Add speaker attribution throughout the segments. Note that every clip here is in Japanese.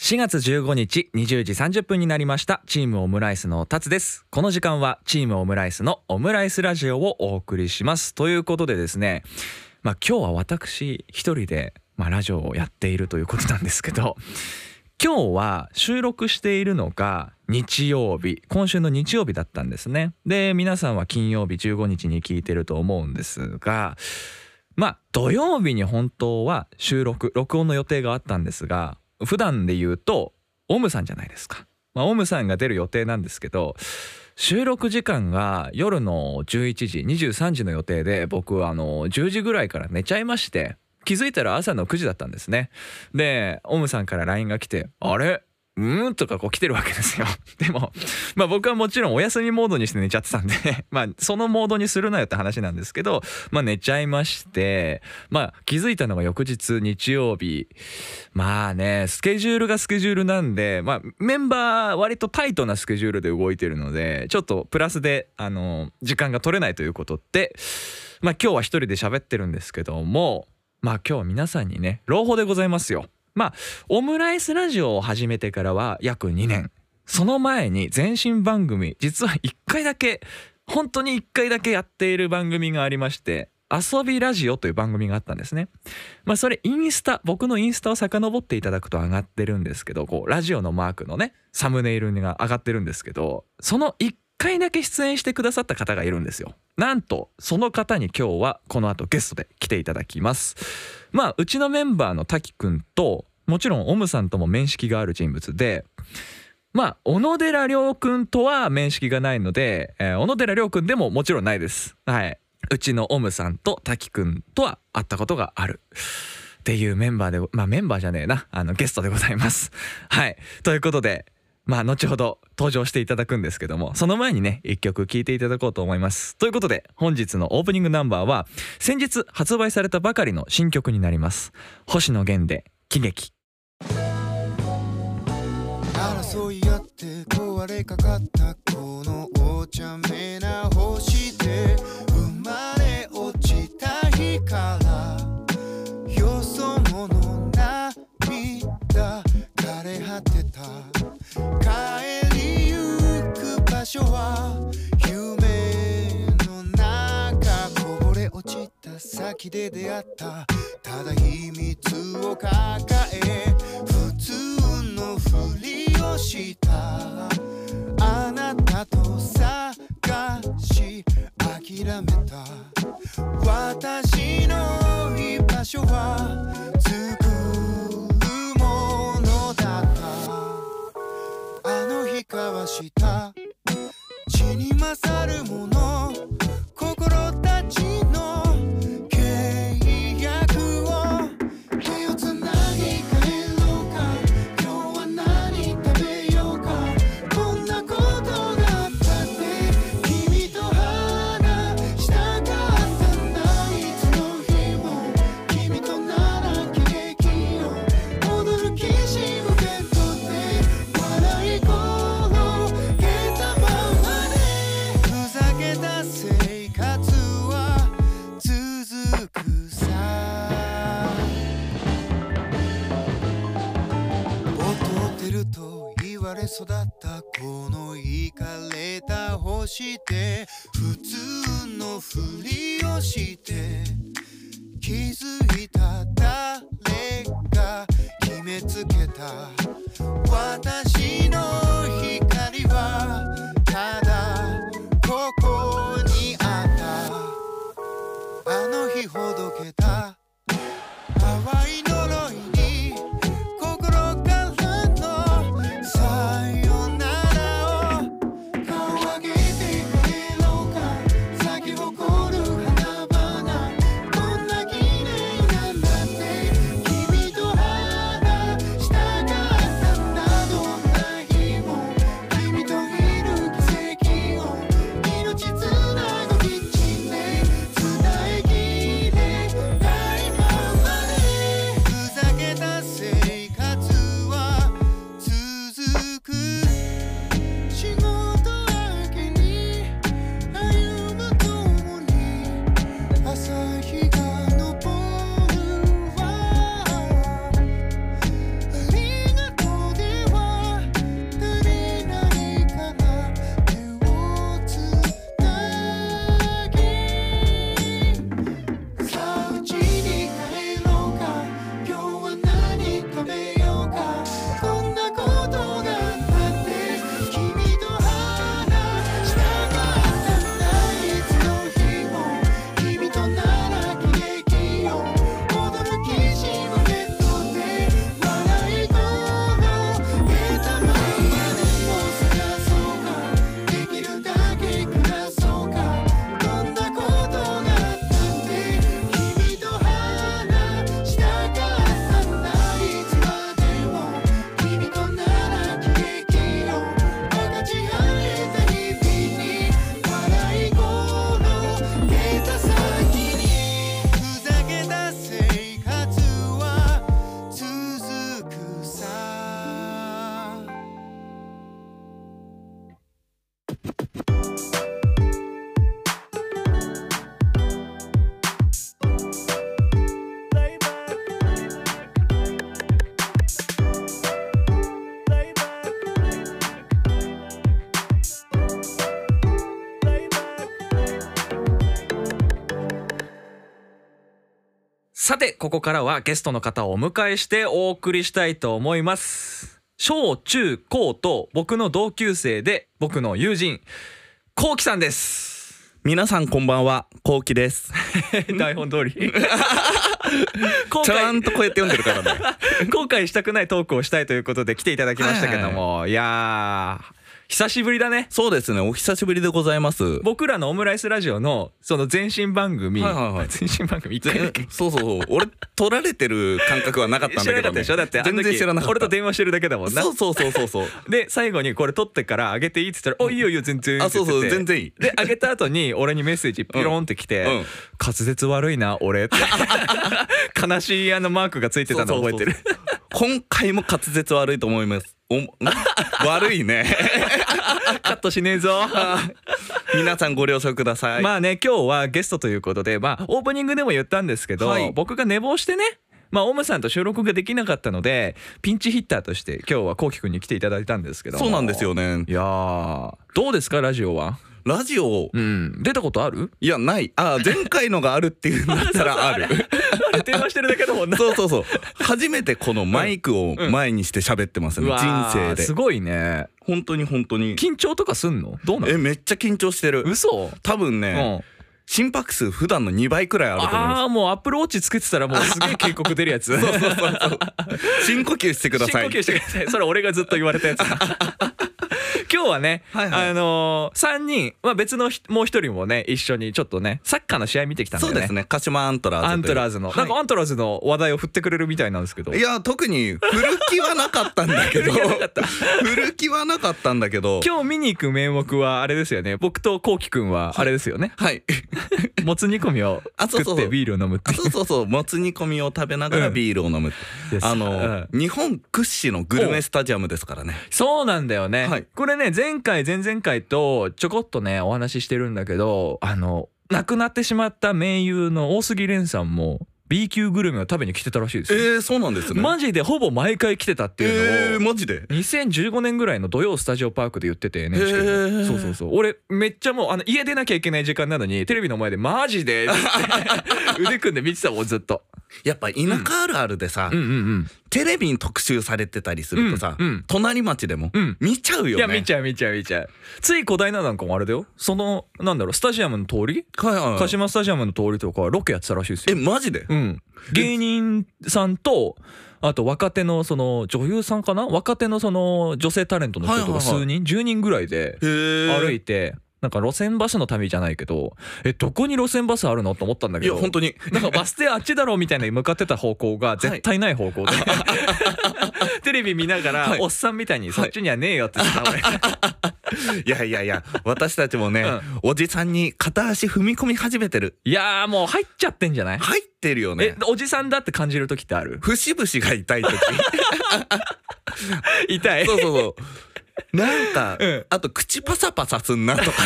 Speaker 1: 4月15日20時30分になりましたチームオムライスの達ですこの時間はチームオムライスのオムライスラジオをお送りしますということでですねまあ今日は私一人でまあラジオをやっているということなんですけど今日は収録しているのが日曜日今週の日曜日だったんですねで皆さんは金曜日15日に聞いてると思うんですがまあ土曜日に本当は収録録音の予定があったんですが普段で言うとオムさんじゃないですか、まあ、オムさんが出る予定なんですけど収録時間が夜の11時23時の予定で僕あの10時ぐらいから寝ちゃいまして気づいたら朝の9時だったんですねでオムさんから LINE が来て「あれうーん?」とかこう来てるわけですよ でもまあ僕はもちろんお休みモードにして寝ちゃってたんで まあそのモードにするなよって話なんですけどまあ寝ちゃいましてまあ気づいたのが翌日日曜日まあねスケジュールがスケジュールなんでまあメンバー割とタイトなスケジュールで動いてるのでちょっとプラスであの時間が取れないということでまあ今日は一人で喋ってるんですけどもまあ今日は皆さんにね朗報でございますよ。まあオムライスラジオを始めてからは約2年その前に前身番組実は1回だけ本当に1回だけやっている番組がありまして遊びラジオという番組があったんですね。まあそれインスタ僕のインスタを遡っていただくと上がってるんですけどこうラジオのマークのねサムネイルが上がってるんですけどその1回だけ出演してくださった方がいるんですよ。なんとその方に今日はこの後ゲストで来ていただきます。まあうちのメンバーの滝くんともちろんオムさんとも面識がある人物でまあ小野寺亮君とは面識がないので、えー小野寺亮君でももちろんないです。はいうちのオムさんと滝くんとは会ったことがある。っていうメンバーでまあメンバーじゃねえなあのゲストでござい ます。はいということでまあ後ほど登場していただくんですけどもその前にね一曲聴いていただこうと思いますということで本日のオープニングナンバーは先日発売されたばかりの新曲になります星野源で喜劇
Speaker 2: 争い合って壊れかかったこのお茶目な星で生まれ落ちた日からよそ者涙枯れ果てた帰りゆく場所は夢の中こぼれ落ちた先で出会ったただ秘密を抱え普通のふりをしたあなたと探し諦めた私の居場所は作るものだったあの日交わした血に勝るもの心たちの契約を手をつなぎ帰ろうか今日は何食べようかこんなことだったって君と話したかったんだいつの日も君となら喜劇を踊る騎士を受け取って笑い声を消たままでふざけた生活は続くさ劣ってると言われ育ったこのイかれた星で普通のふりをして気づいた誰が決めつけた私の光はただここにあったあの日ほどけた淡い呪いに心からのさよならを顔上げて帰ろうか咲き誇る花々こんな綺麗なんだって君と話したかったんだどんな
Speaker 1: さてここからはゲストの方をお迎えしてお送りしたいと思います小中高と僕の同級生で僕の友人こうきさんです
Speaker 3: 皆さんこんばんは、こうきです。
Speaker 1: 台本 通り後
Speaker 3: ちゃ
Speaker 1: 悔
Speaker 3: んとこうやって読んでるからね。
Speaker 1: 後悔したくないトークをしたいということで来ていただきましたけども、いやー久しぶりだね
Speaker 3: そうですね、お久しぶりでございます。
Speaker 1: 僕らのオムライスラジオのその前身番組、
Speaker 3: はいはいはい
Speaker 1: 前身番組一回だ
Speaker 3: え
Speaker 1: け
Speaker 3: そうそうそう、俺取られてる感覚はなかったん
Speaker 1: 知ら
Speaker 3: だ
Speaker 1: なかったで
Speaker 3: けど、ね。
Speaker 1: しょだってあの時
Speaker 3: 全然知らなかった。
Speaker 1: 俺と電話してるだけだもんな
Speaker 3: そうそうそうそうそう。
Speaker 1: で最後にこれ撮ってからあげていいっつったら「おいいよいいよ全然」
Speaker 3: あ、そうそう、
Speaker 1: って言
Speaker 3: 全
Speaker 1: ってて
Speaker 3: 然いい。
Speaker 1: であげた後に俺にメッセージピローンってきて「
Speaker 3: うんうん
Speaker 1: 滑舌悪いな俺」って 悲しいあのマークがついてたの覚えてる
Speaker 3: そうそうそう。今回も滑舌悪いと思います。おん悪いね。
Speaker 1: カットしねえぞ
Speaker 3: 皆さんご了承ください。
Speaker 1: まあね今日はゲストということでまあオープニングでも言ったんですけど、
Speaker 3: はい
Speaker 1: 僕が寝坊してねまあオムさんと収録ができなかったのでピンチヒッターとして今日はこうきくんに来ていただいたんですけども
Speaker 3: そうなんですよね
Speaker 1: い。やーどうですかラジオは
Speaker 3: ラジオ、
Speaker 1: うん出たことある
Speaker 3: いや、ない。あ、前回のがあるっていうんだったらある。
Speaker 1: あれ電話してるだけだもんな
Speaker 3: そうそうそう。初めてこのマイクを前にして喋ってますね。
Speaker 1: うわ
Speaker 3: 人
Speaker 1: ー。
Speaker 3: 生です
Speaker 1: ごいね
Speaker 3: 本当に本当に。
Speaker 1: 緊張とかすんのどうな
Speaker 3: え、
Speaker 1: の
Speaker 3: めっちゃ緊張してる。
Speaker 1: 嘘
Speaker 3: 多分
Speaker 1: う
Speaker 3: ね、
Speaker 1: ん
Speaker 3: 心拍数普段の2倍くらいあると思います。
Speaker 1: ああもうアップルウォッチつけてたらもうすげえ警告出るやつ
Speaker 3: そうそうそうそう。深呼吸してください。
Speaker 1: 深呼吸してくださいそれ俺がずっと言われたやつ 今日はね、
Speaker 3: はいはい
Speaker 1: あのー、3人、まあ、別のひもう一人もね一緒にちょっとねサッカーの試合見てきたんだ
Speaker 3: そう
Speaker 1: よね
Speaker 3: ですね。鹿島アントラーズという。
Speaker 1: アントラーズの、
Speaker 3: はい
Speaker 1: なんかアントラーズの話題を振ってくれるみたいなんですけど
Speaker 3: いや、特に古きはなかったんだけど。古きはなかったんだけど。
Speaker 1: 今日見に行く名目はあれですよね僕とこうきくんはあれですよね、
Speaker 3: はい。
Speaker 1: もつ煮込みを
Speaker 3: あそ
Speaker 1: 作
Speaker 3: うそうそ
Speaker 1: っ
Speaker 3: う
Speaker 1: てビールを飲むって
Speaker 3: あ
Speaker 1: いう
Speaker 3: そうそうそう。もつ煮込みを食べながらビールを飲む。
Speaker 1: です
Speaker 3: あ
Speaker 1: うん
Speaker 3: の、日本屈指のグルメスタジアムですからね。
Speaker 1: そうなんだよね、
Speaker 3: はい
Speaker 1: これね前回前々回とちょこっとねお話ししてるんだけどあの亡くなってしまった盟友の大杉蓮さんも B 級グルメを食べに来てたらしいですよ、
Speaker 3: えー、そうなんですね。
Speaker 1: マジでほぼ毎回来てたっていうの
Speaker 3: えー、
Speaker 1: を、
Speaker 3: マジで。
Speaker 1: 2015年ぐらいの土曜スタジオパークで言ってて NHK の、
Speaker 3: へー
Speaker 1: そうそうそう俺めっちゃもうあの家出なきゃいけない時間なのにテレビの前で「マジで」って腕組んで見てたもんずっと。
Speaker 3: やっぱ田舎あるあるでさ、
Speaker 1: うんうんうん
Speaker 3: テレビに特集されてたりするとさ、
Speaker 1: うんうん
Speaker 3: 隣町でも、
Speaker 1: うん
Speaker 3: 見ちゃうよ
Speaker 1: い
Speaker 3: ね。
Speaker 1: や見ちゃう見ちゃう見ちゃうつい小平なんかもあれだよそのなんだろうスタジアムの通り
Speaker 3: はいはいはい
Speaker 1: 鹿島スタジアムの通りとかロケやってたらしいです
Speaker 3: え
Speaker 1: よ、
Speaker 3: マジで、
Speaker 1: うん、芸人さんとあと若手のその女優さんかな若手のその女性タレントの人とか数人、
Speaker 3: はいはい
Speaker 1: 10人ぐらいで
Speaker 3: へえ
Speaker 1: 歩いてなんか路線バスの旅じゃないけどえどこに路線バスあるのと思ったんだ
Speaker 3: い
Speaker 1: け
Speaker 3: や
Speaker 1: ど
Speaker 3: 本 当に
Speaker 1: なんかバス停あっちだろうみたいな向かってた方向が絶対ない方向 で、テレビ見ながら、
Speaker 3: はい
Speaker 1: おっさんみたいにそっちにはねえよって言ってた俺
Speaker 3: いやいやいや私たちもね、おじさんに片足踏み込み始めてる
Speaker 1: いやーもう入っちゃってんじゃない、
Speaker 3: 入ってるよ
Speaker 1: え
Speaker 3: ね
Speaker 1: おじさんだって感じる時ってあ る
Speaker 3: 節々が痛い時
Speaker 1: 痛い
Speaker 3: そうそうそうなんか、
Speaker 1: うん
Speaker 3: あと口パサパサすんな とか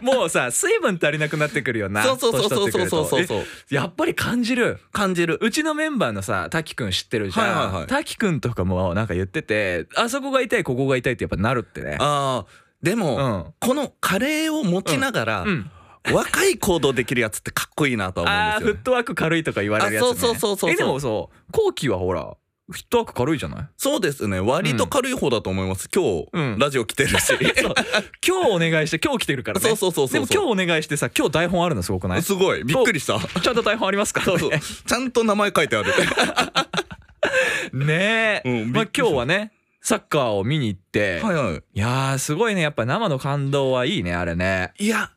Speaker 1: もうさ水分足りなくなってくるよな
Speaker 3: そうそうそうそうそうそう
Speaker 1: 年取ってくると
Speaker 3: そう
Speaker 1: えやっぱり感じる
Speaker 3: 感じる
Speaker 1: うちのメンバーのさ滝くん知ってるじゃん、
Speaker 3: はいはいはい
Speaker 1: 滝くんとかもなんか言っててあそこが痛いここが痛いってやっぱなるってね
Speaker 3: あーでも、
Speaker 1: うん
Speaker 3: このカレーを持ちながら、
Speaker 1: うん
Speaker 3: 若い行動できるやつってかっこいいなと
Speaker 1: あ
Speaker 3: は
Speaker 1: ー
Speaker 3: 思う
Speaker 1: フ
Speaker 3: んですよね、
Speaker 1: ットワーク軽いとか言われるやつ、ね、
Speaker 3: あそうそうそうそうそう
Speaker 1: えでもそう後期はほらフットワーク軽いじゃない
Speaker 3: そうですね割と軽い方だと思います、今日、
Speaker 1: うん
Speaker 3: ラジオ来てるし
Speaker 1: そう今日お願いして今日来てるからね
Speaker 3: そうそうそうそう
Speaker 1: でも今日お願いしてさ今日台本あるのすごくない
Speaker 3: すごいびっくりした
Speaker 1: ちゃんと台本ありますか
Speaker 3: そうそう ちゃんと名前書いて ある
Speaker 1: ねえ、
Speaker 3: うん
Speaker 1: まあ
Speaker 3: びっくりした
Speaker 1: 今日はねサッカーを見に行って、
Speaker 3: はいはい
Speaker 1: いやーすごいねやっぱ生の感動はいいねあれね
Speaker 3: いや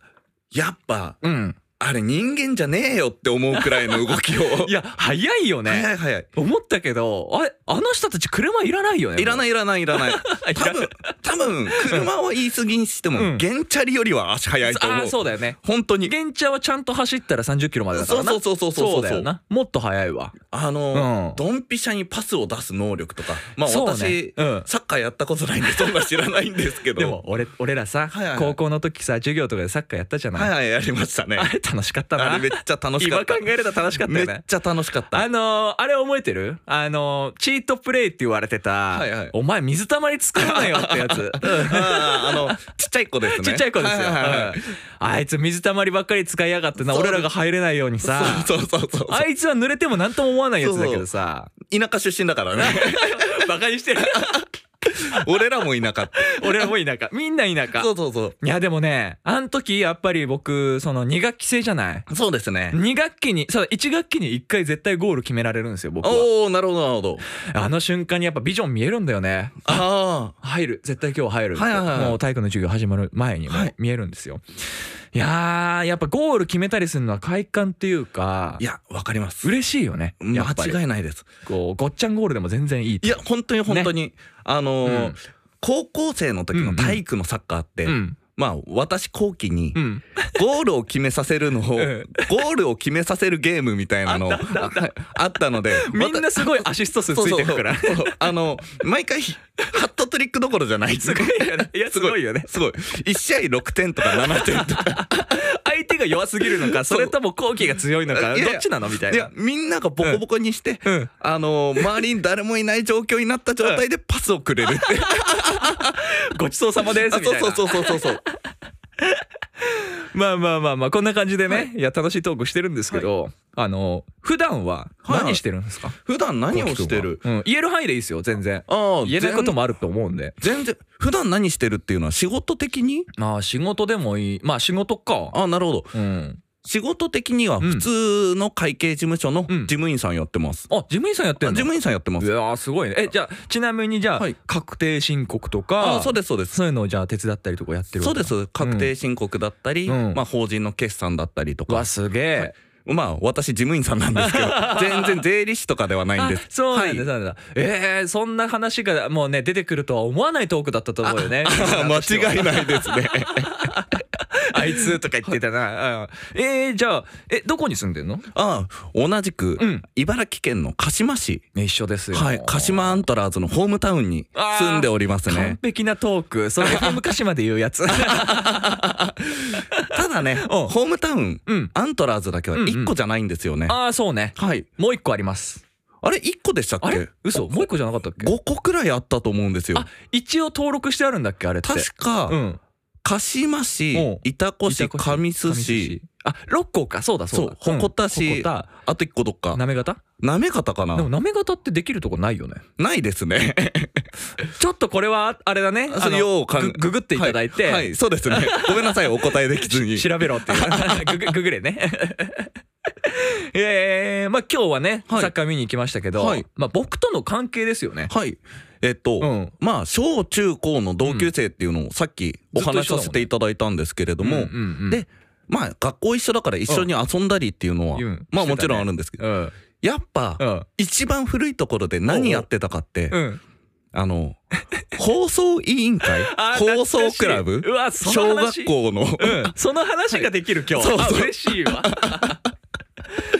Speaker 3: やっぱ
Speaker 1: うん
Speaker 3: あれ人間じゃねえよって思うくらいの動き を
Speaker 1: いや早いよ
Speaker 3: 早
Speaker 1: ね
Speaker 3: い早い
Speaker 1: 思ったけどあれあの人たち車いらないよね
Speaker 3: いらないいらないいらない
Speaker 1: い
Speaker 3: 多分多分車は言い過ぎにしても、
Speaker 1: うん
Speaker 3: 原チャリよりは足早いと
Speaker 1: あ
Speaker 3: 思
Speaker 1: あ
Speaker 3: う
Speaker 1: そうだよね
Speaker 3: 本当に
Speaker 1: 現茶はちゃんと走ったら30キロまでだからな
Speaker 3: そうそうそうそうそう
Speaker 1: だよなもっと早いわ
Speaker 3: あ
Speaker 1: う
Speaker 3: の、
Speaker 1: ん
Speaker 3: ドンピシャにパスを出す能力とかまあ
Speaker 1: そうね
Speaker 3: 私、
Speaker 1: うん
Speaker 3: サッカーやったことないんでそんな知らないんですけど
Speaker 1: でも俺俺らさ、
Speaker 3: はいはいはい
Speaker 1: 高校の時さ授業とかでサッカーやったじゃない、
Speaker 3: はいはいやりましたね
Speaker 1: あれ楽しかったな
Speaker 3: あれめっちゃ楽しかった
Speaker 1: 今考えれば楽しかった
Speaker 3: め
Speaker 1: よ
Speaker 3: っ
Speaker 1: ね
Speaker 3: ちゃ楽しかった
Speaker 1: あのーあれ覚えてるあのーチートプレイって言われてた、
Speaker 3: いはい
Speaker 1: お前水たまり作らないよってやつ
Speaker 3: あーあのちっちゃい子 ですね
Speaker 1: ちっちゃい子ですよ、
Speaker 3: ははいは
Speaker 1: うん
Speaker 3: い
Speaker 1: あいつ水たまりばっかり使いやがってな
Speaker 3: そう
Speaker 1: 俺らが入れないようにさ
Speaker 3: そうそうそうそう
Speaker 1: あいつは濡れても何とも思わないやつだけどさ
Speaker 3: 田舎出身だからね
Speaker 1: バカにしてる
Speaker 3: 俺らも田舎って
Speaker 1: 俺らも田舎みんな田舎
Speaker 3: うそうそう
Speaker 1: いやでもねあの時やっぱり僕その2学期制じゃない
Speaker 3: そうですね
Speaker 1: 2学期にそう1学期に1回絶対ゴール決められるんですよ僕は
Speaker 3: おおなるほどなるほど
Speaker 1: あの瞬間にやっぱビジョン見えるんだよね
Speaker 3: あ
Speaker 1: 入る絶対今日入るって、
Speaker 3: はいはいはい
Speaker 1: もう体育の授業始まる前にも
Speaker 3: はい
Speaker 1: 見えるんですよ、い、やーやっぱゴール決めたりするのは快感っていうか
Speaker 3: あいやわかります
Speaker 1: 嬉しいよねや
Speaker 3: 間
Speaker 1: っぱり
Speaker 3: 違いないです
Speaker 1: こうごっちゃんゴールでも全然いい
Speaker 3: いや本当に本当に、あのー
Speaker 1: うん
Speaker 3: 高校生の時の体育のサッカーって、
Speaker 1: うん
Speaker 3: まあ私後期に
Speaker 1: うん
Speaker 3: ゴールを決めさせるのを、
Speaker 1: ん
Speaker 3: ゴールを決めさせるゲームみたいなのあったので
Speaker 1: みんなすごいアシスト数つ
Speaker 3: そう
Speaker 1: い
Speaker 3: そう
Speaker 1: てくから
Speaker 3: そうあの毎回ハットトリックどころじゃない
Speaker 1: すごいよねいやすごいよね
Speaker 3: すごい1試合6点とか7点とか
Speaker 1: 相手が弱すぎるのかそれとも後期が強いのか
Speaker 3: いやいや
Speaker 1: どっちなのみたい
Speaker 3: い
Speaker 1: な
Speaker 3: やみんながボコボコにして、
Speaker 1: うんうん
Speaker 3: あの周りに誰もいない状況になった状態でパスをくれるって、
Speaker 1: ごちそうさまです
Speaker 3: あ
Speaker 1: みたいな
Speaker 3: そうそうそうそう そう
Speaker 1: まあまあまあまあこんな感じでね、い、や楽しいトークしてるんですけど、あの普段は
Speaker 3: は
Speaker 1: 何
Speaker 3: い
Speaker 1: してるんですか、
Speaker 3: 普段何をしてる
Speaker 1: うん、言える範囲でいいですよ全然
Speaker 3: ああ
Speaker 1: 言えないこともあると思うんで
Speaker 3: 全然普段何してるっていうのは仕事的に
Speaker 1: まあ仕事でもいいまあ仕事か
Speaker 3: ああなるほど
Speaker 1: うん
Speaker 3: 仕事的には
Speaker 1: ん
Speaker 3: 普通の会計事務所の
Speaker 1: うん
Speaker 3: 事務員さんやってます、
Speaker 1: あ事務員さんやって
Speaker 3: あ
Speaker 1: んの
Speaker 3: 事務員さんやってます
Speaker 1: うわーすごいねえじゃあちなみにじゃあ、
Speaker 3: はい
Speaker 1: 確定申告とか
Speaker 3: ああそうですそうです
Speaker 1: そういうのをじゃあ手伝ったりとかやってる
Speaker 3: そうですす確定申告だったり、
Speaker 1: うん
Speaker 3: まあ、法人の決算だったりとか、
Speaker 1: わすげえ、
Speaker 3: まあ私事務員さんなんです けど全然税理士とかではないんで
Speaker 1: あ
Speaker 3: す
Speaker 1: そうなんだ、
Speaker 3: はい
Speaker 1: そうなんだえー、そんな話がもうね出てくるとは思わないトークだったと思うよね
Speaker 3: 間違いないですね
Speaker 1: あいつとか言ってたな、うん、えー、じゃあえどこに住んでんの
Speaker 3: ああ同じく、
Speaker 1: うん
Speaker 3: 茨城県の鹿島市
Speaker 1: ね一緒ですよ
Speaker 3: はい鹿島アントラーズのホームタウンに住んでおります
Speaker 1: 完
Speaker 3: ね
Speaker 1: 璧なトークそれが昔まで言うや つ
Speaker 3: ただね
Speaker 1: うん
Speaker 3: ホームタウン、
Speaker 1: うん
Speaker 3: アントラーズだけは
Speaker 1: うんうん
Speaker 3: 1個じゃないんですよね、
Speaker 1: ああそうね
Speaker 3: はい
Speaker 1: もう一個あります
Speaker 3: あれ1個でしたっ
Speaker 1: あ
Speaker 3: け
Speaker 1: れ嘘もう一個じゃなかったっけ
Speaker 3: 5個くらいあったと思うんですよ
Speaker 1: あ一応登録してあるんだっけあれって
Speaker 3: 確か、
Speaker 1: うん
Speaker 3: 鹿島市
Speaker 1: うん
Speaker 3: 潮来市
Speaker 1: 板越
Speaker 3: 神栖市
Speaker 1: あ六個かそうだそうだ
Speaker 3: そううん鉾田市
Speaker 1: 鉾田
Speaker 3: あと1個どっか
Speaker 1: なめ方
Speaker 3: なめ方かな
Speaker 1: でもなめ方ってできるとこないよね
Speaker 3: ないですね。
Speaker 1: ちょっとこれはあれだねあ
Speaker 3: それよ
Speaker 1: の
Speaker 3: うかん
Speaker 1: グググっていただいて、
Speaker 3: はい、はいそ うですね。ごめんなさい、お答えできずに。
Speaker 1: 調べろって いう ググググれね えー、まあ今日はね、
Speaker 3: はい
Speaker 1: サッカー見に行きましたけど、
Speaker 3: はい
Speaker 1: まあ僕との関係ですよね
Speaker 3: はい。えっと、
Speaker 1: うん
Speaker 3: まあ、小中高の同級生っていうのをさっきお話しさせていただいたんですけれども、
Speaker 1: うんうんうん
Speaker 3: で、まあ、学校一緒だから一緒に遊んだりっていうのは、
Speaker 1: うん
Speaker 3: まあ、
Speaker 1: して
Speaker 3: も
Speaker 1: たね
Speaker 3: ちろんあるんですけど、
Speaker 1: うん
Speaker 3: やっぱ、
Speaker 1: うん
Speaker 3: 一番古いところで何やってたかって、
Speaker 1: うん
Speaker 3: あの、放送委員会
Speaker 1: あー
Speaker 3: 放送クラブ
Speaker 1: 懐かしいうわそ
Speaker 3: 小
Speaker 1: の話
Speaker 3: 学校の、
Speaker 1: うん、その話ができる、今日
Speaker 3: そう
Speaker 1: あ
Speaker 3: そう
Speaker 1: 嬉しい わ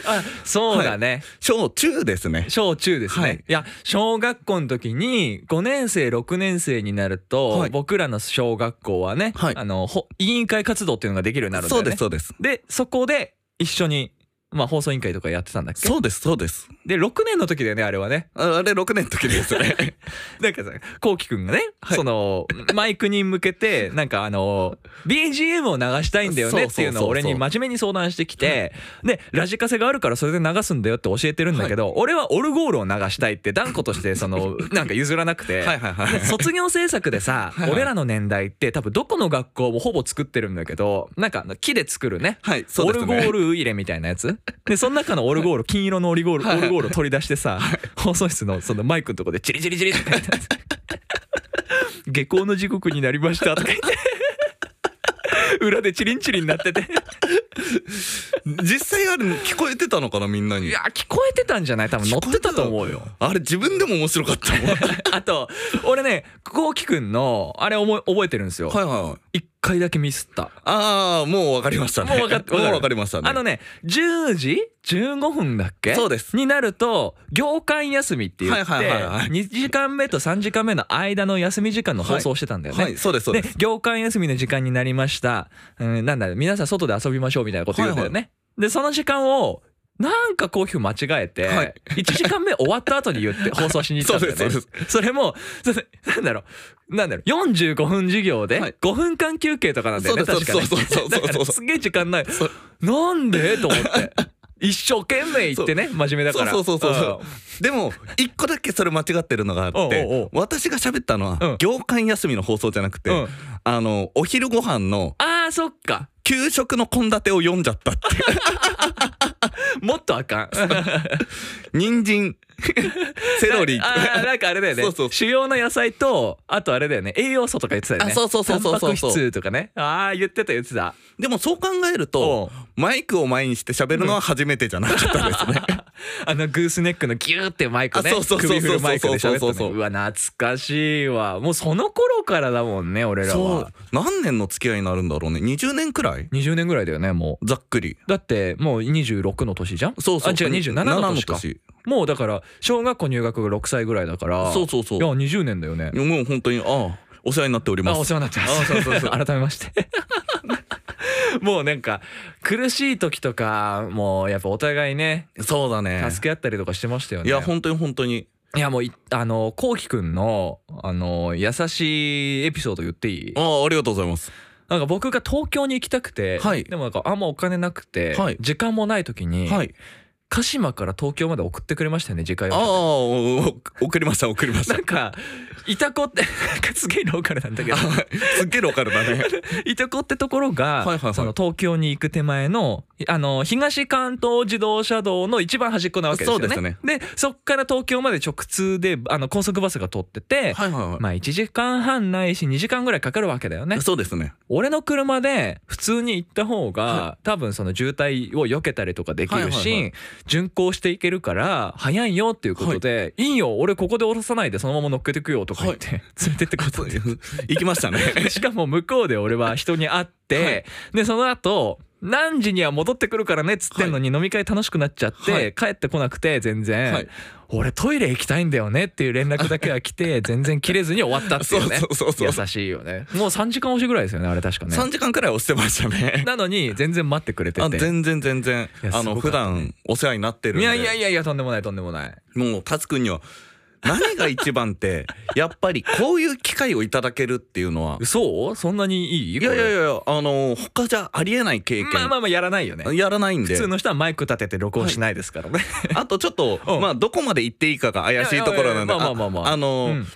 Speaker 1: あそうだね、
Speaker 3: 小中ですね。
Speaker 1: 小中ですね、
Speaker 3: はいい、
Speaker 1: や小学校の時に5年生6年生になると、
Speaker 3: はい
Speaker 1: 僕らの小学校はね、
Speaker 3: はい
Speaker 1: あのほ委員会活動っていうのができるようになるんだ
Speaker 3: そ
Speaker 1: よ
Speaker 3: う
Speaker 1: ね
Speaker 3: です、そうです。
Speaker 1: でそこで一緒に、まあ、放送委員会とかやってたんだっけ
Speaker 3: そうです、そうです。
Speaker 1: で6年の時だよねあれはね
Speaker 3: ああれ、6年の時で すね。
Speaker 1: なんかさこうきくんがね、
Speaker 3: はい
Speaker 1: そのマイクに向け てなんかあの BGM を流したいんだよねっていうのを俺に真面目に相談してきてでラジカセがあるからそれで流すんだよって教えてるんだけど、俺はオルゴールを流したいって断固としてそ のなんか譲らなくて。
Speaker 3: はいはいはい
Speaker 1: で。卒業制作でさ
Speaker 3: い
Speaker 1: 俺らの年代って多分どこの学校もほぼ作ってるんだけどなんかあの木で作るね
Speaker 3: はい、そ
Speaker 1: オ
Speaker 3: うで
Speaker 1: ル
Speaker 3: す
Speaker 1: ゴ
Speaker 3: ね。
Speaker 1: ール入れみたいなやつでその中のオルゴール金色のオルゴール
Speaker 3: はい
Speaker 1: オルゴールを取り出してさ放送室のそのマイクのとこでチリチリチリって書いてある下校の時刻になりましたとか言って裏でチリンチリになってて
Speaker 3: 実際あれ聞こえてたのかなみんなに
Speaker 1: いや聞こえてたんじゃない多分乗ってたと思うよ
Speaker 3: あれ自分でも面白か ったもん
Speaker 1: あと俺ねこうきくんのあれ思い覚えてるんですよ
Speaker 3: はいはいはい
Speaker 1: 一回だけミスった
Speaker 3: ああもうわかりましたね
Speaker 1: もうわかっわかる
Speaker 3: もうわかりましたね
Speaker 1: あのね10時15分だっけ
Speaker 3: そうです
Speaker 1: になると業間休みって言って
Speaker 3: はいはいはいはい
Speaker 1: 2時間目と3時間目の間の休み時間の放送をしてたんだよね、
Speaker 3: はいそうですそう
Speaker 1: で
Speaker 3: です
Speaker 1: 業間休みの時間になりました、うん、なんだ皆さん外で遊びましょうみたいなこと言うんだよね、でその時間をなんかコーヒー間違えて、
Speaker 3: はい
Speaker 1: 1時間目終わった後に言 って放送しに行ったんだよね
Speaker 3: そうですそう
Speaker 1: それもそれなんだろうなんだろう45分授業で
Speaker 3: はい
Speaker 1: 5分間休憩とかなんだよね、
Speaker 3: そう
Speaker 1: 確
Speaker 3: です
Speaker 1: かね
Speaker 3: そうですそうですそ
Speaker 1: だ
Speaker 3: うです
Speaker 1: から
Speaker 3: そうです
Speaker 1: すげえ時間ない
Speaker 3: そう
Speaker 1: なんでと思 って一生懸命言ってね真面目だから
Speaker 3: そうそうそうそうでも一個だけそれ間違ってるのがあって
Speaker 1: おうおうおう
Speaker 3: 私が喋ったのは、
Speaker 1: うん
Speaker 3: 業間休みの放送じゃなくて、
Speaker 1: うん
Speaker 3: あのお昼ご飯の
Speaker 1: あーそっか
Speaker 3: 給食の献立を読んじゃったって
Speaker 1: もっとあかん
Speaker 3: 人参セロリ
Speaker 1: あーなんかあれだよね
Speaker 3: そうそう
Speaker 1: 主要な野菜とあとあれだよね栄養素とか言ってたよね
Speaker 3: あそうそうそうそうそ
Speaker 1: タ
Speaker 3: う
Speaker 1: ンパク質とかねああ言ってた言ってた
Speaker 3: でもそう考えるとマイクを前にして喋るのは初めてじゃなかったです ね
Speaker 1: あのグースネックのギューってマイクね
Speaker 3: あそうそうそうそう
Speaker 1: 首振るマイクで喋
Speaker 3: そう
Speaker 1: っ
Speaker 3: そう
Speaker 1: た
Speaker 3: そう
Speaker 1: の
Speaker 3: そう
Speaker 1: うわ懐かしいわもうその頃からだもんね俺ら
Speaker 3: そう
Speaker 1: は
Speaker 3: 何年の付き合いになるんだろうね20年くらい
Speaker 1: 20年ぐらいだよねも
Speaker 3: ざっくり
Speaker 1: うだってもう26の年じゃん
Speaker 3: そうそ
Speaker 1: あ
Speaker 3: う
Speaker 1: 違う27の年か
Speaker 3: 7年
Speaker 1: もうだから小学校入学が6歳ぐらいだから
Speaker 3: そうそうそう
Speaker 1: や20年だよね
Speaker 3: もう本当にああお世話になっておりま
Speaker 1: あ、お
Speaker 3: す
Speaker 1: 世話になってます。
Speaker 3: あそうそうそ う
Speaker 1: 改めまして。もうなんか苦しい時とかもうやっぱお互いね
Speaker 3: そうだね
Speaker 1: 助け合ったりとかしてましたよね。
Speaker 3: いや本当に本当に
Speaker 1: いやもういあのこうきくんのあの優しいエピソード言っていい
Speaker 3: あ？あありがとうございます
Speaker 1: なんか僕が東京に行きたくて、
Speaker 3: はい
Speaker 1: でもなんかあんまお金なくて、
Speaker 3: はい
Speaker 1: 時間もない時に、
Speaker 3: はい
Speaker 1: 鹿島から東京まで送ってくれましたよね次回
Speaker 3: ああ
Speaker 1: は。
Speaker 3: おお送りました送りました
Speaker 1: なんかいたこって なんかすげえローカルなんだけど
Speaker 3: あすっげえローカルだね
Speaker 1: いとこってところが、
Speaker 3: はいはいはい
Speaker 1: その東京に行く手前のあの東関東自動車道の一番端っこなわけですよね。
Speaker 3: そうですね
Speaker 1: でそっから東京まで直通であの高速バスが通ってて、
Speaker 3: はいはい
Speaker 1: まあ1時間半ないし2時間ぐらいかかるわけだよ
Speaker 3: は
Speaker 1: ね
Speaker 3: い。そうですね
Speaker 1: 俺の車で普通に行った方が、多分その渋滞を避けたりとかできるし、
Speaker 3: はいはいは
Speaker 1: 巡航していけるから早いよっていうことで「い、いよ俺ここで降ろさないでそのまま乗っけてくよ」とか言って、 連れてってくれたんです
Speaker 3: 行きましたね
Speaker 1: しかも向こうで俺は人に会って、
Speaker 3: はい
Speaker 1: でその後何時には戻ってくるからねっつってんのに飲み会楽しくなっちゃって、
Speaker 3: はい
Speaker 1: 帰ってこなくて全然、
Speaker 3: はい
Speaker 1: 俺トイレ行きたいんだよねっていう連絡だけが来 て全然切れずに終わったっていうね
Speaker 3: そうそうそうそう
Speaker 1: 優しいよねもう3時間押しぐらいですよねあれ確かね
Speaker 3: 3時間くらい押してましたね
Speaker 1: なのに全然待ってくれて
Speaker 3: あ
Speaker 1: て
Speaker 3: 全然全然
Speaker 1: いや
Speaker 3: あ
Speaker 1: す
Speaker 3: の
Speaker 1: ごか
Speaker 3: 普
Speaker 1: ったね
Speaker 3: 段お世話になってるん
Speaker 1: い
Speaker 3: で
Speaker 1: やいやいやいやとんでもないとんでもない
Speaker 3: もうタツくんには何が一番って やっぱりこういう機会をいただけるっていうのは
Speaker 1: そうそんなにいい
Speaker 3: いやいやい
Speaker 1: や
Speaker 3: やあの他じゃありえない経験、
Speaker 1: まあまあまあやらないよね
Speaker 3: やらないん
Speaker 1: 普
Speaker 3: で
Speaker 1: 通の人はマイク立てて録音しないですからね、
Speaker 3: あとちょっと、
Speaker 1: うん
Speaker 3: まあどこまで行っていいかが怪しいところなんで
Speaker 1: いやいやいやまあまあまあまあ
Speaker 3: あの、
Speaker 1: うん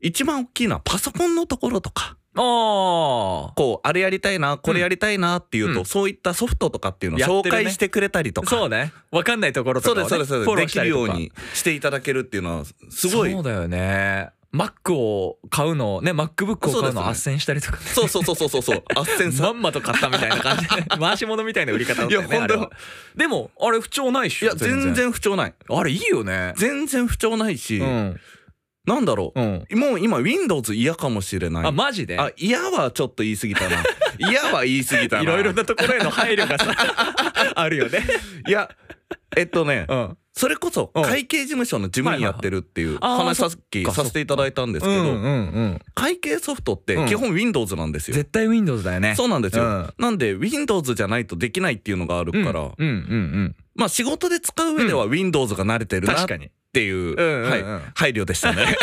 Speaker 3: 一番大きいのはパソコンのところとか
Speaker 1: ああ
Speaker 3: こうあれやりたいなこれやりたいなっていうと、
Speaker 1: うん
Speaker 3: そういったソフトとかっていうのを
Speaker 1: やって
Speaker 3: 紹
Speaker 1: るね
Speaker 3: 介してくれたりとか、
Speaker 1: そうね分かんないところと
Speaker 3: そう
Speaker 1: かを、
Speaker 3: で
Speaker 1: ね、
Speaker 3: すそうですそう
Speaker 1: フォロ
Speaker 3: で
Speaker 1: ーし
Speaker 3: すでき
Speaker 1: た
Speaker 3: る
Speaker 1: り
Speaker 3: よ
Speaker 1: と
Speaker 3: う
Speaker 1: か
Speaker 3: にしていただけるっていうのはすごい
Speaker 1: そうだよね Mac を買うのね MacBook を
Speaker 3: そう
Speaker 1: 買
Speaker 3: で
Speaker 1: う
Speaker 3: すね
Speaker 1: の斡旋したりとかね
Speaker 3: そうそうそうそうそうそうあっせんさ
Speaker 1: ま
Speaker 3: ん
Speaker 1: んまと買ったみたいな 感じで回し物みたいな売り方だったよね
Speaker 3: いやほんと
Speaker 1: あれはでもあれ不調ないっし
Speaker 3: い
Speaker 1: ょ
Speaker 3: や全然不調ない
Speaker 1: あれいいよね
Speaker 3: 全然不調ないし、
Speaker 1: うん
Speaker 3: なんだろう
Speaker 1: う、ん
Speaker 3: もう今 Windows 嫌かもしれない
Speaker 1: あマジで
Speaker 3: あ嫌はちょっと言い過ぎ たな嫌は言い過ぎたない
Speaker 1: ろいろなところへの配慮が さあるよね
Speaker 3: いやえっとね、
Speaker 1: うん
Speaker 3: それこそ
Speaker 1: うん
Speaker 3: 会計事務所の事務員やってるっていう
Speaker 1: はいはいはいあー
Speaker 3: 話さっき
Speaker 1: そっか
Speaker 3: させていただいたんです
Speaker 1: う
Speaker 3: けど、
Speaker 1: んうんうん
Speaker 3: 会計ソフトって
Speaker 1: うん
Speaker 3: 基本 Windows なんですよ、
Speaker 1: 絶対 Windows だよね
Speaker 3: そうなんですよ、
Speaker 1: うん
Speaker 3: なんで Windows じゃないとできないっていうのがある
Speaker 1: うん
Speaker 3: から、
Speaker 1: うんうんうん
Speaker 3: まあ仕事で使う上では Windows が慣れてるなっ
Speaker 1: 確かに
Speaker 3: ていう、
Speaker 1: うんうんうん
Speaker 3: はい、配慮でしたね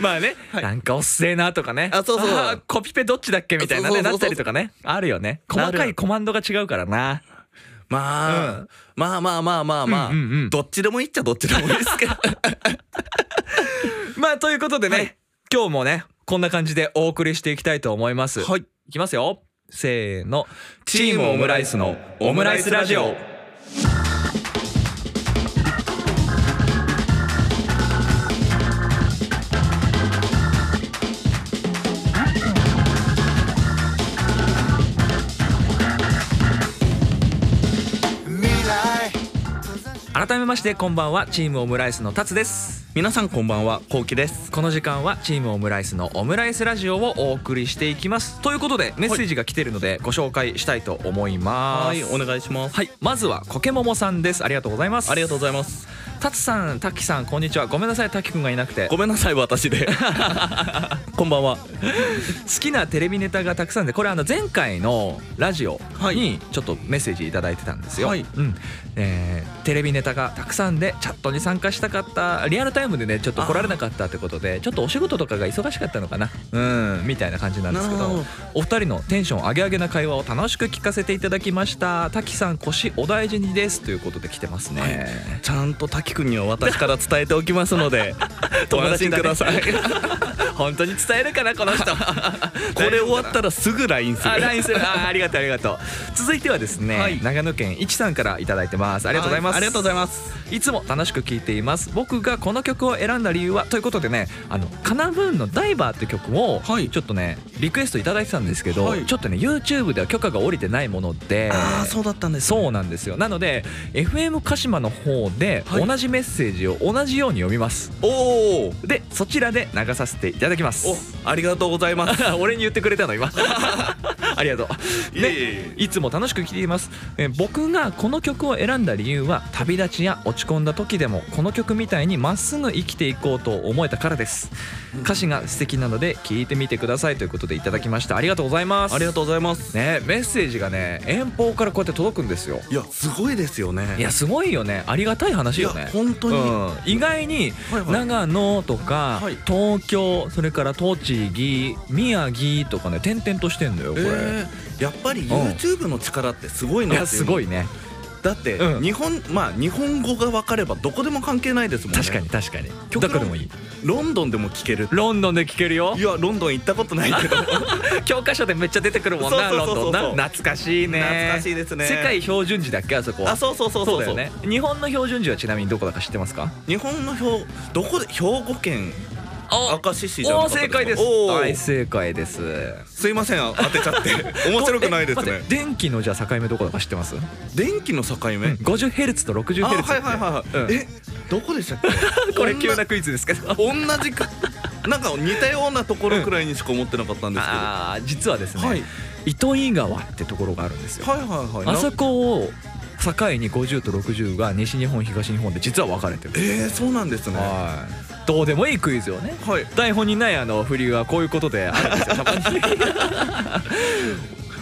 Speaker 1: まあね、
Speaker 3: はい
Speaker 1: なんかおっせえなとかね
Speaker 3: あそうそう
Speaker 1: あーコピペどっちだっけみたいな
Speaker 3: そ
Speaker 1: ね
Speaker 3: うそう
Speaker 1: なっ
Speaker 3: そうそ
Speaker 1: た
Speaker 3: う
Speaker 1: りとかねあるよね細か
Speaker 3: ないる
Speaker 1: コマンドが違うからな
Speaker 3: ま
Speaker 1: う
Speaker 3: あ、
Speaker 1: ん
Speaker 3: まあまあまあまあまあ、
Speaker 1: うんうんうん
Speaker 3: どっちでもいいっちゃどっちでもいいです けど
Speaker 1: まあということでね、
Speaker 3: はい
Speaker 1: 今日もねこんな感じでお送りしていきたいと思います、
Speaker 3: はい
Speaker 1: いきますよせーの
Speaker 3: チームオムライスのオムライスラジオ
Speaker 2: 未来
Speaker 1: 改めましてこんばんはチームオムライスのタツです
Speaker 3: 皆さんこんばんはこうきです
Speaker 1: この時間はチームオムライスのオムライスラジオをお送りしていきますということでメッセージが来てるのでご紹介したいと思いま
Speaker 3: は
Speaker 1: す
Speaker 3: いお願いします
Speaker 1: はいまずはコケモモさんですありがとうございます
Speaker 3: ありがとうございます
Speaker 1: タツさんタキさんこんにちはごめんなさいタキくんがいなくて
Speaker 3: ごめんなさい 私でこんばんは
Speaker 1: 好きなテレビネタがたくさんでこれあの前回のラジオ
Speaker 3: は
Speaker 1: に
Speaker 3: い
Speaker 1: ちょっとメッセージ頂いただいてたんですよ、
Speaker 3: はい
Speaker 1: うんえーテレビネタがたくさんでチャットに参加したかったリアルタイムでねちょっと来られなかったってことでちょっとお仕事とかが忙しかったのかなうんみたいな感じなんですけ
Speaker 3: なるほ
Speaker 1: ど
Speaker 3: ど
Speaker 1: お二人のテンション上げ上げな会話を楽しく聞かせていただきました滝さん腰お大事にですということで来てますね、
Speaker 3: ちゃんと滝くんには私から伝えておきますの でご安心くだ さい
Speaker 1: 本当に伝えるかなこの人
Speaker 3: これ終わったらすぐ LINE する
Speaker 1: あ、ラインする。あ、ありがとうありがとう。続いてはですね、
Speaker 3: はい
Speaker 1: 長野県いちさんからいただいてます。ありがとうございます。
Speaker 3: ありがとうござい
Speaker 1: ま
Speaker 3: ます
Speaker 1: す。いつも楽しく聞いています。僕がこの曲を選んだ理由はということでね、あのカナブーンのダイバーって曲を
Speaker 3: はい
Speaker 1: ちょっとねリクエストいただいてたんですけど、
Speaker 3: はい
Speaker 1: ちょっとね YouTube では許可が下りてないもので。
Speaker 3: ああそうだったんです
Speaker 1: そうなんですよなので FM 鹿島の方で
Speaker 3: はい
Speaker 1: 同じメッセージを同じように読みます、
Speaker 3: おお
Speaker 1: でそちらで流させていただきます
Speaker 3: おありがとうございます
Speaker 1: 俺に言ってくれたの今ありがとう
Speaker 3: いえいえい
Speaker 1: ね、いつも楽しく聴いています、えー僕がこの曲を選んだ理由は旅立ちや落ち込んだ時でもこの曲みたいにまっすぐ生きていこうと思えたからです歌詞が素敵なので聴いてみてくださいということでいただきましたありがとうございます
Speaker 3: ありがとうございます
Speaker 1: ねメッセージがね遠方からこうやって届くんですよ
Speaker 3: いやすごいですよね
Speaker 1: いやすごいよねありがたい話よね
Speaker 3: 本当に、
Speaker 1: うん、意外に
Speaker 3: はいはい
Speaker 1: 長野とか
Speaker 3: はい
Speaker 1: 東京それから栃木宮城とかね転々としてんのよこれ、
Speaker 3: えーやっぱり YouTube の力ってすごい
Speaker 1: い
Speaker 3: なって
Speaker 1: や
Speaker 3: いう
Speaker 1: すごいね
Speaker 3: だって
Speaker 1: うん
Speaker 3: 日本、まあ日本語が分かればどこでも関係ないですもんね
Speaker 1: 確かに確かに
Speaker 3: 極論
Speaker 1: どこでもいい
Speaker 3: ロンドンでも聞ける
Speaker 1: ロンドンで聴けるよ
Speaker 3: いやロンドン行ったことないけど
Speaker 1: 教科書でめっちゃ出てくるもんな
Speaker 3: そうそ
Speaker 1: ロ
Speaker 3: うそ
Speaker 1: ン
Speaker 3: うそう
Speaker 1: ドンな懐かしいね
Speaker 3: 懐かしいですね
Speaker 1: 世界標準時だっけあそこは
Speaker 3: あそうそうそうそう
Speaker 1: だよね日本の標準時はちなみにどこだか知ってますか
Speaker 3: 日本の標どこで兵庫県
Speaker 1: お
Speaker 3: 明石市じゃなか
Speaker 1: お
Speaker 3: った
Speaker 1: 正解です
Speaker 3: お
Speaker 1: 大
Speaker 3: ー
Speaker 1: 正解です
Speaker 3: すいませんあ当てちゃって 面白くないです
Speaker 1: え
Speaker 3: ね
Speaker 1: 待って電気のじゃあ境目どこだか知ってます
Speaker 3: 電気の境目、
Speaker 1: 50ヘルツと60
Speaker 3: あ
Speaker 1: ヘルツ
Speaker 3: はいはいはいは
Speaker 1: うん
Speaker 3: い、えどこでしたっけ
Speaker 1: これ急なクイズですけど
Speaker 3: 同じ同じくなんか似たようなところくらいにしか思ってなかったんですけど、
Speaker 1: あー実はですね、
Speaker 3: はい
Speaker 1: 糸魚川ってところがあるんですよ、
Speaker 3: はいはいは
Speaker 1: あ
Speaker 3: い
Speaker 1: そ
Speaker 3: な
Speaker 1: こを境に50と60が西日本東日本で実は分かれてる、
Speaker 3: えー、そうなんですねは
Speaker 1: はいどうでもいいクイズをね
Speaker 3: い
Speaker 1: 台本にないあの振りはこういうことであるん ですよたまに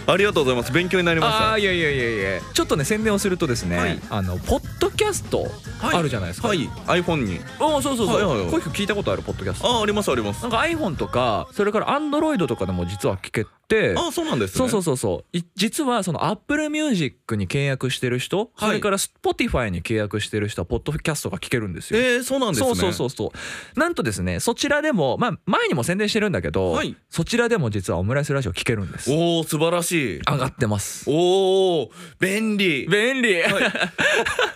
Speaker 3: ありがとうございます勉強になり
Speaker 1: あ
Speaker 3: ま
Speaker 1: ーいやいやいやいやちょっとね宣伝をするとですね、
Speaker 3: はい
Speaker 1: あのポッドキャスト
Speaker 3: した
Speaker 1: あるじゃないですか、
Speaker 3: はい iPhone に
Speaker 1: おーそうそうそう、
Speaker 3: はいはいはい
Speaker 1: こういうの聞いたことあるポッドキャスト
Speaker 3: ああありますあります
Speaker 1: なんか iPhone とかそれから Android とかでも実は聞けて
Speaker 3: ああそうなんですね
Speaker 1: そうそうそうそうい実はそのアップルミュージックに契約してる人、
Speaker 3: はい
Speaker 1: それから Spotify に契約してる人はポッドキャストが聞けるんですよ。
Speaker 3: えー、そうなんです
Speaker 1: そ
Speaker 3: ね
Speaker 1: うそうそうそうなんとですねそちらでもまあ前にも宣伝してるんだけど、
Speaker 3: はい
Speaker 1: そちらでも実はオムライスラジオ聞けるんです
Speaker 3: おお素晴らしい
Speaker 1: 上がってます
Speaker 3: おお便利
Speaker 1: 便利、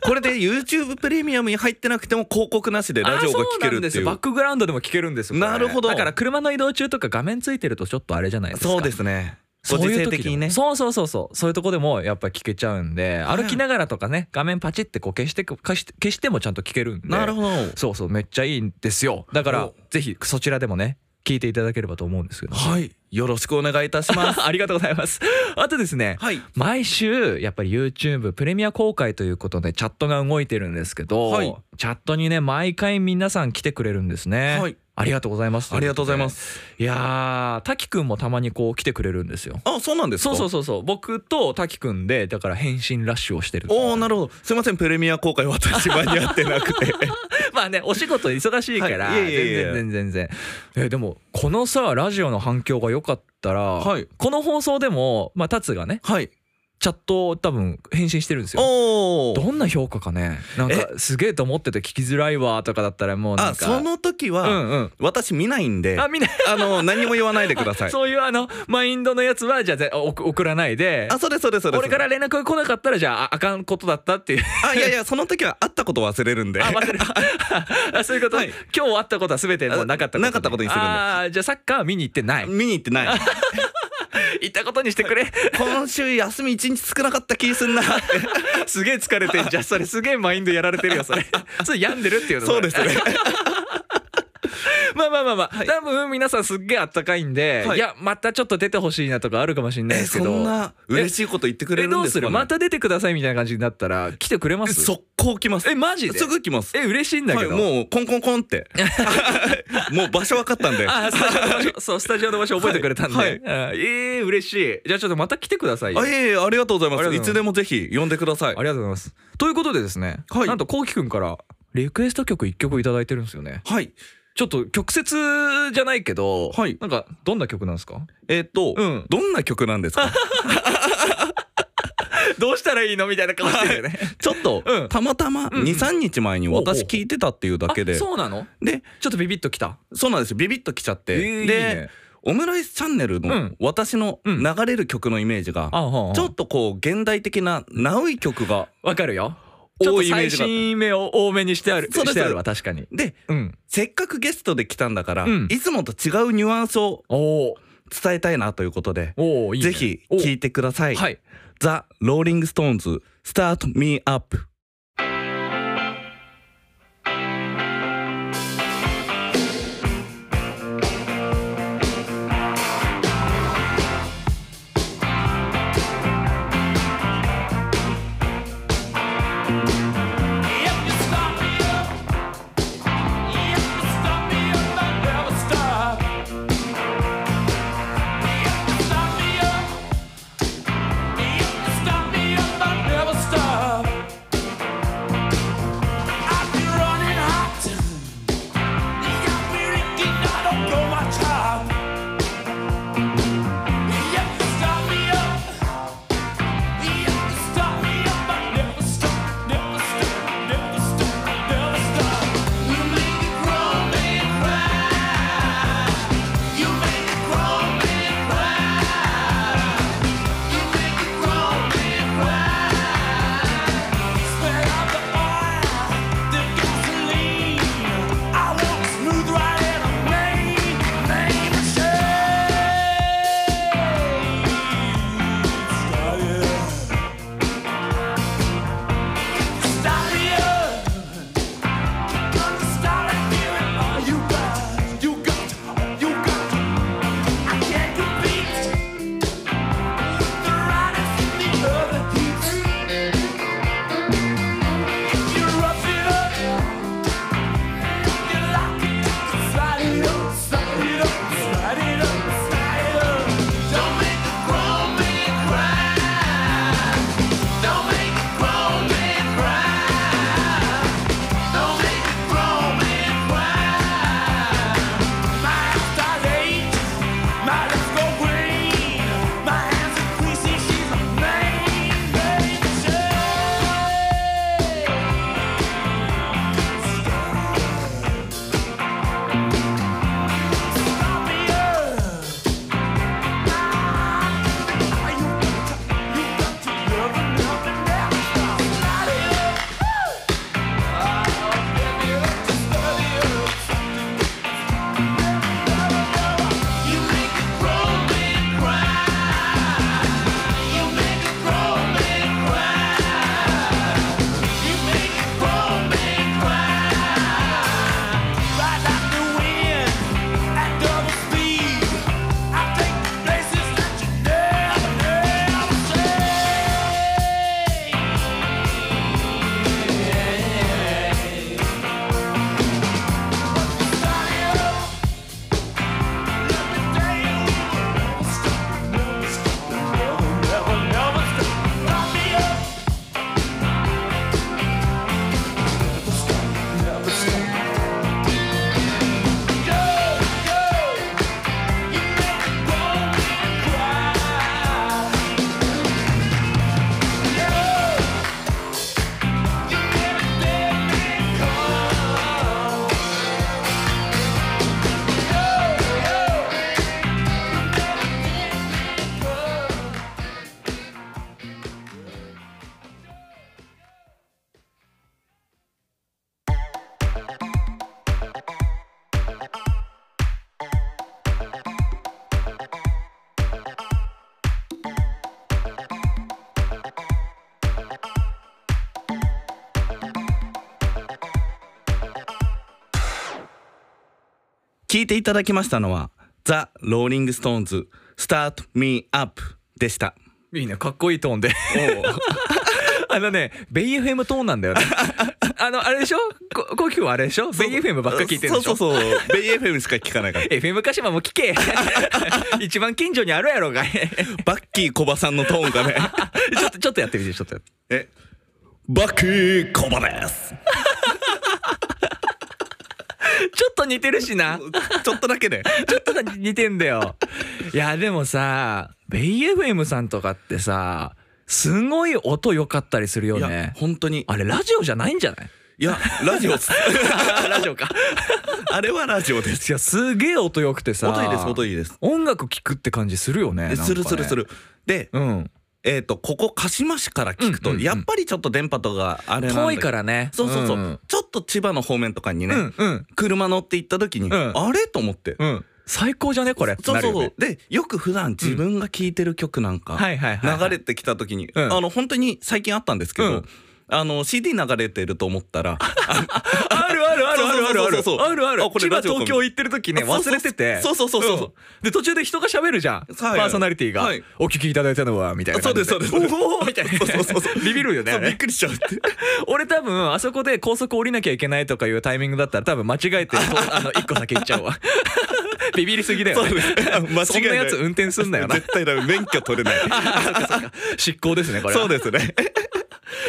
Speaker 3: これで YouTube プレミアムに入ってなくても広告なしでラジオが聞けるって
Speaker 1: あそうなんです
Speaker 3: い
Speaker 1: よ
Speaker 3: う
Speaker 1: バックグラウンドでも聞けるんですよこれ
Speaker 3: なるほど
Speaker 1: だから車の移動中とか画面ついてるとちょっとあれじゃないですか
Speaker 3: そうですね
Speaker 1: そ
Speaker 3: ご
Speaker 1: う
Speaker 3: 時
Speaker 1: いう
Speaker 3: 世
Speaker 1: 時
Speaker 3: 的
Speaker 1: でも
Speaker 3: にね
Speaker 1: そうそうそうそうそういうとこでもやっぱ聞けちゃうんで
Speaker 3: い
Speaker 1: 歩きながらとかね画面パチってこう消してく消して消してもちゃんと聞けるんで
Speaker 3: なるほど
Speaker 1: そうそうめっちゃいいんですよだから
Speaker 3: お
Speaker 1: ぜひそちらでもね聞いていただければと思うんですけど
Speaker 3: はいよろしくお願いいたします
Speaker 1: あありがとうございますあとですね
Speaker 3: はい
Speaker 1: 毎週やっぱり YouTube プレミア公開ということでチャットが動いてるんですけど、
Speaker 3: はい
Speaker 1: チャットにね毎回皆さん来てくれるんですね、
Speaker 3: はい
Speaker 1: ありがとうございます
Speaker 3: ありがとうございます
Speaker 1: いやー滝くんもたまにこう来てくれるんですよ
Speaker 3: あそうなんです
Speaker 1: そ
Speaker 3: か
Speaker 1: うそうそうそう僕と滝くんでだから返信ラッシュをしてる
Speaker 3: おおなるほどすいませんプレミア公開私間に合ってなくて
Speaker 1: まあねお仕事忙しいから、
Speaker 3: はいいえいえいえ
Speaker 1: 全然全然えでもこのさラジオの反響が良かったら、
Speaker 3: はい
Speaker 1: この放送でもまあタツがね
Speaker 3: はい
Speaker 1: チャットを多分返信してるんですよ
Speaker 3: おお
Speaker 1: どんな評価かねなんかすげえと思ってて聞きづらいわとかだったらもうな
Speaker 3: あ
Speaker 1: んか
Speaker 3: その時
Speaker 1: う
Speaker 3: は
Speaker 1: んうん
Speaker 3: 私見ないんで
Speaker 1: あみんな
Speaker 3: あの何も言わないでく ださい
Speaker 1: そういうあのマインドのやつはじゃあぜお送らないで
Speaker 3: あそうですそうですそうです
Speaker 1: 俺から連絡が来なかったらじゃあああかんことだったっていう
Speaker 3: あいやいやその時は会ったこと忘れるんで
Speaker 1: あ忘れたあ そういうこと、
Speaker 3: はい
Speaker 1: 今日あったことは全てもうなかったこと
Speaker 3: なかったことにするんで
Speaker 1: あーじゃあサッカーは見に行ってない
Speaker 3: 見に行ってない
Speaker 1: 行ったことにして くれ
Speaker 3: 今週休み一日少なかった気すんなって
Speaker 1: すげえ疲れてんじゃんそれすげえマインドやられてるよそれそれ病んでるっていうの
Speaker 3: そうですね
Speaker 1: まあまあまあまあ、多分皆さんすっげえあったかいんで、、
Speaker 3: はいい
Speaker 1: やまたちょっと出てほしいなとかあるかもしれない
Speaker 3: え
Speaker 1: ですけ
Speaker 3: そ
Speaker 1: ど
Speaker 3: んな嬉しいこと言ってくれ
Speaker 1: え
Speaker 3: る
Speaker 1: ど
Speaker 3: ん
Speaker 1: う
Speaker 3: ですす
Speaker 1: る
Speaker 3: か、ね、
Speaker 1: また出てくださいみたいな感じになったら来てくれま
Speaker 3: え
Speaker 1: す
Speaker 3: 速攻来ます
Speaker 1: えマジです
Speaker 3: ぐ来ます
Speaker 1: え嬉しいんだ
Speaker 3: は
Speaker 1: け
Speaker 3: い
Speaker 1: ど、
Speaker 3: もうコンコンコンって もう場所分かったんで
Speaker 1: あスタジオの場所そうスタジオの場所覚えてくれたんで、
Speaker 3: はい
Speaker 1: あえー、嬉しいじゃあちょっとまた来てくださいよ
Speaker 3: あいえいえありがとうございます
Speaker 1: ありがとうござい
Speaker 3: い
Speaker 1: ます
Speaker 3: つでもぜひ呼んでください
Speaker 1: ありがとうございますということでですね、
Speaker 3: はい
Speaker 1: なんとこうきくんからリクエスト曲一曲いただいてるんですよね
Speaker 3: はい
Speaker 1: ちょっと曲折じゃないけど、
Speaker 3: はい
Speaker 1: なんかどんな曲なんですか
Speaker 3: えーっと、
Speaker 1: うん
Speaker 3: どんな曲なんですか
Speaker 1: どうしたらいいのみたいな顔してるよ ね
Speaker 3: ちょっと、
Speaker 1: うん
Speaker 3: たまたま
Speaker 1: ん
Speaker 3: 23日前に私
Speaker 1: ほうほうほう
Speaker 3: 聞いてたっていうだけで
Speaker 1: あそうなの
Speaker 3: で
Speaker 1: ちょっとビビッときた
Speaker 3: そうなんですよビビッときちゃって、
Speaker 1: えーいいね
Speaker 3: でオムライスチャンネル
Speaker 1: う
Speaker 3: の
Speaker 1: ん
Speaker 3: 私の
Speaker 1: うん
Speaker 3: 流れる曲のイメージが、
Speaker 1: あはあ
Speaker 3: ちょっとこう現代的なナウい曲が
Speaker 1: わかるよちょっ
Speaker 3: 多
Speaker 1: と
Speaker 3: いイメー
Speaker 1: 最
Speaker 3: ジが
Speaker 1: 新目を多めにしてある
Speaker 3: そうで
Speaker 1: し
Speaker 3: す
Speaker 1: てあるわ確かに
Speaker 3: で
Speaker 1: うん
Speaker 3: せっかくゲストで来たんだから、
Speaker 1: うん
Speaker 3: いつもと違うニュアンスを
Speaker 1: おー
Speaker 3: 伝えたいなということで
Speaker 1: おーいい、ね、
Speaker 3: ぜひ聴い
Speaker 1: て
Speaker 3: てください。
Speaker 1: はい
Speaker 3: ザ・ローリング・ストーンズ、スタート・ミー・アップ。
Speaker 4: Stop!
Speaker 3: 聞いていただきましたのは、ザ・ローリング・ストーンズ、Start Me Up でした。
Speaker 1: いいねかっこいいトーンで あのねベイ FM トーンなんだよね あのあれでしょここうきはあれでしょベイ FM ばっか聞いてるでしょ
Speaker 3: そうそうそう。ベイ FM しか聞かな いから。
Speaker 1: FM 鹿島も聞け 一番近所にあるやろ がい
Speaker 3: バッキーコバさんのトーン がね。
Speaker 1: ちょっとちょっとやってみてちょっとやって
Speaker 3: え、バッキーコバ です。
Speaker 1: ちょっと似てるしな
Speaker 3: ちょっとだけね。
Speaker 1: ちょっとだけ似てんだよいやでもさベイ FM さんとかってさすごい音良かったりするよ
Speaker 3: いや
Speaker 1: ね、
Speaker 3: 本当に。
Speaker 1: あれラジオじゃないんじゃ ない
Speaker 3: いや、ラジオっ す。
Speaker 1: ラジオか
Speaker 3: あれはラジオです。
Speaker 1: いやすげえ音良くてさ
Speaker 3: 音いいです、音いいです。
Speaker 1: 音楽聴くって感じするよねなんかね
Speaker 3: するするする。で、
Speaker 1: うん
Speaker 3: えっ、と、ここ鹿島市から聞くと、
Speaker 1: うんうんうん
Speaker 3: やっぱりちょっと電波とかあれなんだ
Speaker 1: 遠いからね
Speaker 3: そうそうそう、
Speaker 1: ん
Speaker 3: ちょっと千葉の方面とかにね、
Speaker 1: うんうん
Speaker 3: 車乗って行った時に、
Speaker 1: うん
Speaker 3: あれと思って。
Speaker 1: うん最高じゃねこれ
Speaker 3: そうそ
Speaker 1: な
Speaker 3: うそう、
Speaker 1: るよね
Speaker 3: でよく普段自分が聴いてる曲なんか
Speaker 1: はいはいはいはい
Speaker 3: 流れてきた時に、
Speaker 1: うん
Speaker 3: あの本当に最近あったんですけど、
Speaker 1: うん
Speaker 3: あの CD 流れてると思ったら
Speaker 1: あるあるあるあるあるある
Speaker 3: そうそうそうそう
Speaker 1: あるある
Speaker 3: あこれ
Speaker 1: 千葉
Speaker 3: ラジオか
Speaker 1: 東京行ってる時ね
Speaker 3: あそう
Speaker 1: 忘
Speaker 3: そう
Speaker 1: れてて
Speaker 3: そうそうそうそうそうん
Speaker 1: で途中で人が喋るじゃんパ
Speaker 3: はい
Speaker 1: ーソナリティが
Speaker 3: はい
Speaker 1: お聞きいただいたのはみたいな感じ
Speaker 3: そうですそうです
Speaker 1: おおみたいな
Speaker 3: そうそうそう そう
Speaker 1: ビビるよね
Speaker 3: そ
Speaker 1: あ
Speaker 3: うびっ
Speaker 1: れ
Speaker 3: くりしちゃうって
Speaker 1: 俺多分あそこで高速降りなきゃいけないとかいうタイミングだったら多分間違えてこうあの一個先行っちゃう わビビりすぎだよ
Speaker 3: そう
Speaker 1: ね
Speaker 3: です間違いない
Speaker 1: そんなやつ運転すんなよ な
Speaker 3: 絶対ダメ免許取れない
Speaker 1: 執行ですねこれ
Speaker 3: そうですね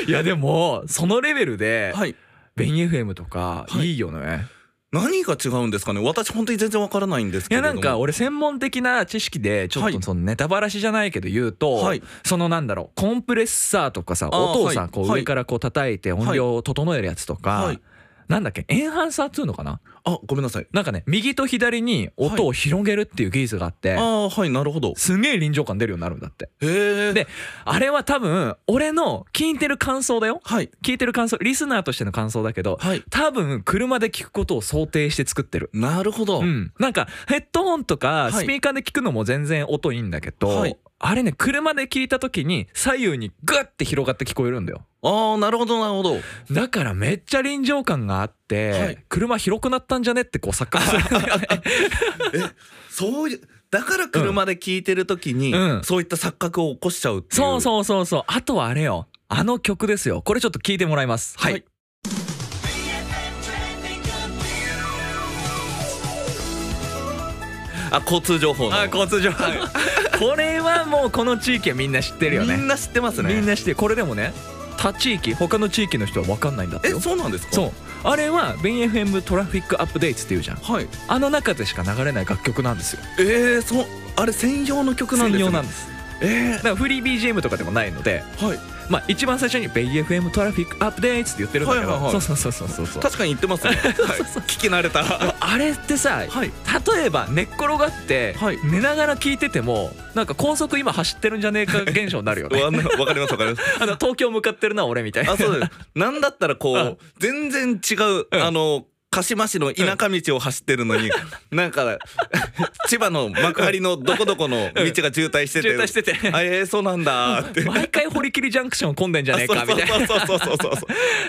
Speaker 1: いやでもそのレベルで
Speaker 3: はい
Speaker 1: ベン FM とか
Speaker 3: はい
Speaker 1: いいよね
Speaker 3: 何が違うんですかね私本当に全然わからないんです
Speaker 1: い
Speaker 3: けれ
Speaker 1: や
Speaker 3: ども
Speaker 1: なんか俺専門的な知識でちょっ
Speaker 3: はい
Speaker 1: とそのネタバラシじゃないけど言うと、
Speaker 3: はい
Speaker 1: そのなんだろうコンプレッサーとかさ
Speaker 3: あー
Speaker 1: 音をさ、
Speaker 3: はい
Speaker 1: こう
Speaker 3: はい
Speaker 1: 上からこう叩いて音量を整えるやつとか、
Speaker 3: はい
Speaker 1: なんだっけエンハンサーっつうのかな
Speaker 3: あごめんなさい
Speaker 1: なんかね右と左に音を広げるっていう技術があって、
Speaker 3: ああはいなるほど
Speaker 1: すげえ臨場感出るようになるんだって。
Speaker 3: へえ
Speaker 1: であれは多分俺の聞いてる感想だよ
Speaker 3: はい
Speaker 1: 聞いてる感想リスナーとしての感想だけど
Speaker 3: はい
Speaker 1: 多分車で聞くことを想定して作ってる。
Speaker 3: なるほど、
Speaker 1: うん、なんかヘッドホンと
Speaker 3: は
Speaker 1: か
Speaker 3: い
Speaker 1: スピーカーで聞くのも全然音いいんだけど、
Speaker 3: はい
Speaker 1: あれね車で聞いた時に左右にグッて広がって聞こえるんだよ
Speaker 3: ああなるほどなるほど
Speaker 1: だからめっちゃ臨場感があって、
Speaker 3: はい
Speaker 1: 車広くなったんじゃねってこう錯覚するんだよね
Speaker 3: そういうだから車で聞いてる時に、
Speaker 1: うんうん
Speaker 3: そういった錯覚を起こしちゃうっていう
Speaker 1: そう
Speaker 3: う
Speaker 1: そうそうそうあとはあれよあの曲ですよこれちょっと聞いてもらいますはい、
Speaker 3: はいあ交通情報の
Speaker 1: あ交通情 報、これはもうこの地域はみんな知ってるよね
Speaker 3: みんな知ってますね
Speaker 1: みんな知ってるこれでもね他地域他の地域の人は分かんないんだって
Speaker 3: え
Speaker 1: よ
Speaker 3: そうなんですか
Speaker 1: そうあれは BFM トラフィックアップデートっていうじゃん
Speaker 3: はい
Speaker 1: あの中でしか流れない楽曲なんですよ
Speaker 3: えー、そうあれ専用の曲なん
Speaker 1: 専
Speaker 3: ですね
Speaker 1: 用なんです
Speaker 3: え
Speaker 1: だからフリー BGM とかでもないので
Speaker 3: ー、はい
Speaker 1: まあ一番最初に「BFM トラフィックアップデート」って言ってるんだけど、
Speaker 3: はいはいはい
Speaker 1: そうそうそうそうそうそう
Speaker 3: 確かに言ってま すね、はい、聞き慣れたは
Speaker 1: あれってさ
Speaker 3: い
Speaker 1: 例えば寝っ転がって
Speaker 3: はい
Speaker 1: 寝ながら聞いててもなんか高速今走ってるんじゃねえか現象になるよね
Speaker 3: わなわかりますわかります
Speaker 1: あの東京向かってるな俺みたいな
Speaker 3: あそうですなんだったらこう、
Speaker 1: うん
Speaker 3: 全然違う、
Speaker 1: ん
Speaker 3: あの鹿島市の田舎道を走ってるのに、 なんか千葉の幕張のどこどこの道が渋滞してて、
Speaker 1: 渋滞してて
Speaker 3: あえー、そうなんだ ーって
Speaker 1: 毎回堀切ジャンクション混んでんじゃねえかみたいな
Speaker 3: なそうそうそうそう そうそう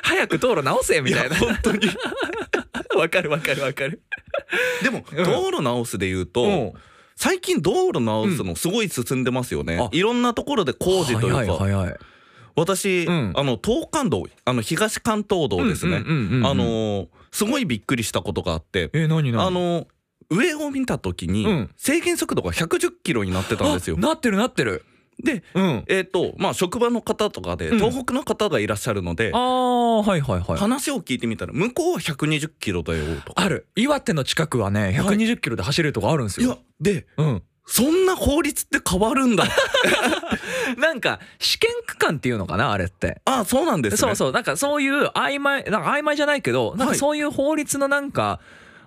Speaker 1: 早く道路直せみたいな
Speaker 3: 本当に
Speaker 1: わかるわかるわかる
Speaker 3: でも、
Speaker 1: うん
Speaker 3: 道路直すで言うと、
Speaker 1: うん
Speaker 3: 最近道路直すのすごい進んでますよね、
Speaker 1: あ
Speaker 3: いろんなところで工事というか、
Speaker 1: 早い早い
Speaker 3: 私、
Speaker 1: うん
Speaker 3: あの東関道あの東関東道ですね、
Speaker 1: うんうんうんうん
Speaker 3: あのーすごいびっくりしたことがあって、
Speaker 1: え何何
Speaker 3: あの上を見た時に、
Speaker 1: うん
Speaker 3: 制限速度が110キロになってたんですよ
Speaker 1: あ。なってるなってる
Speaker 3: で
Speaker 1: うん
Speaker 3: えっ、とまあ職場の方とかで、
Speaker 1: うん
Speaker 3: 東北の方がいらっしゃるので
Speaker 1: ああはいはいはい
Speaker 3: 話を聞いてみたら向こうは120キロだよとか。
Speaker 1: ある岩手の近くはね
Speaker 3: はい
Speaker 1: 120キロで走れるとこあるんです
Speaker 3: い
Speaker 1: よ、
Speaker 3: やで
Speaker 1: うん、
Speaker 3: そんな法律って変わるんだ
Speaker 1: なんか試験区間っていうのかなあれって
Speaker 3: ああそうなんですね。
Speaker 1: そうそうなんかそういう曖昧なんか曖昧じゃないけどなんか
Speaker 3: はい
Speaker 1: そういう法律のなんか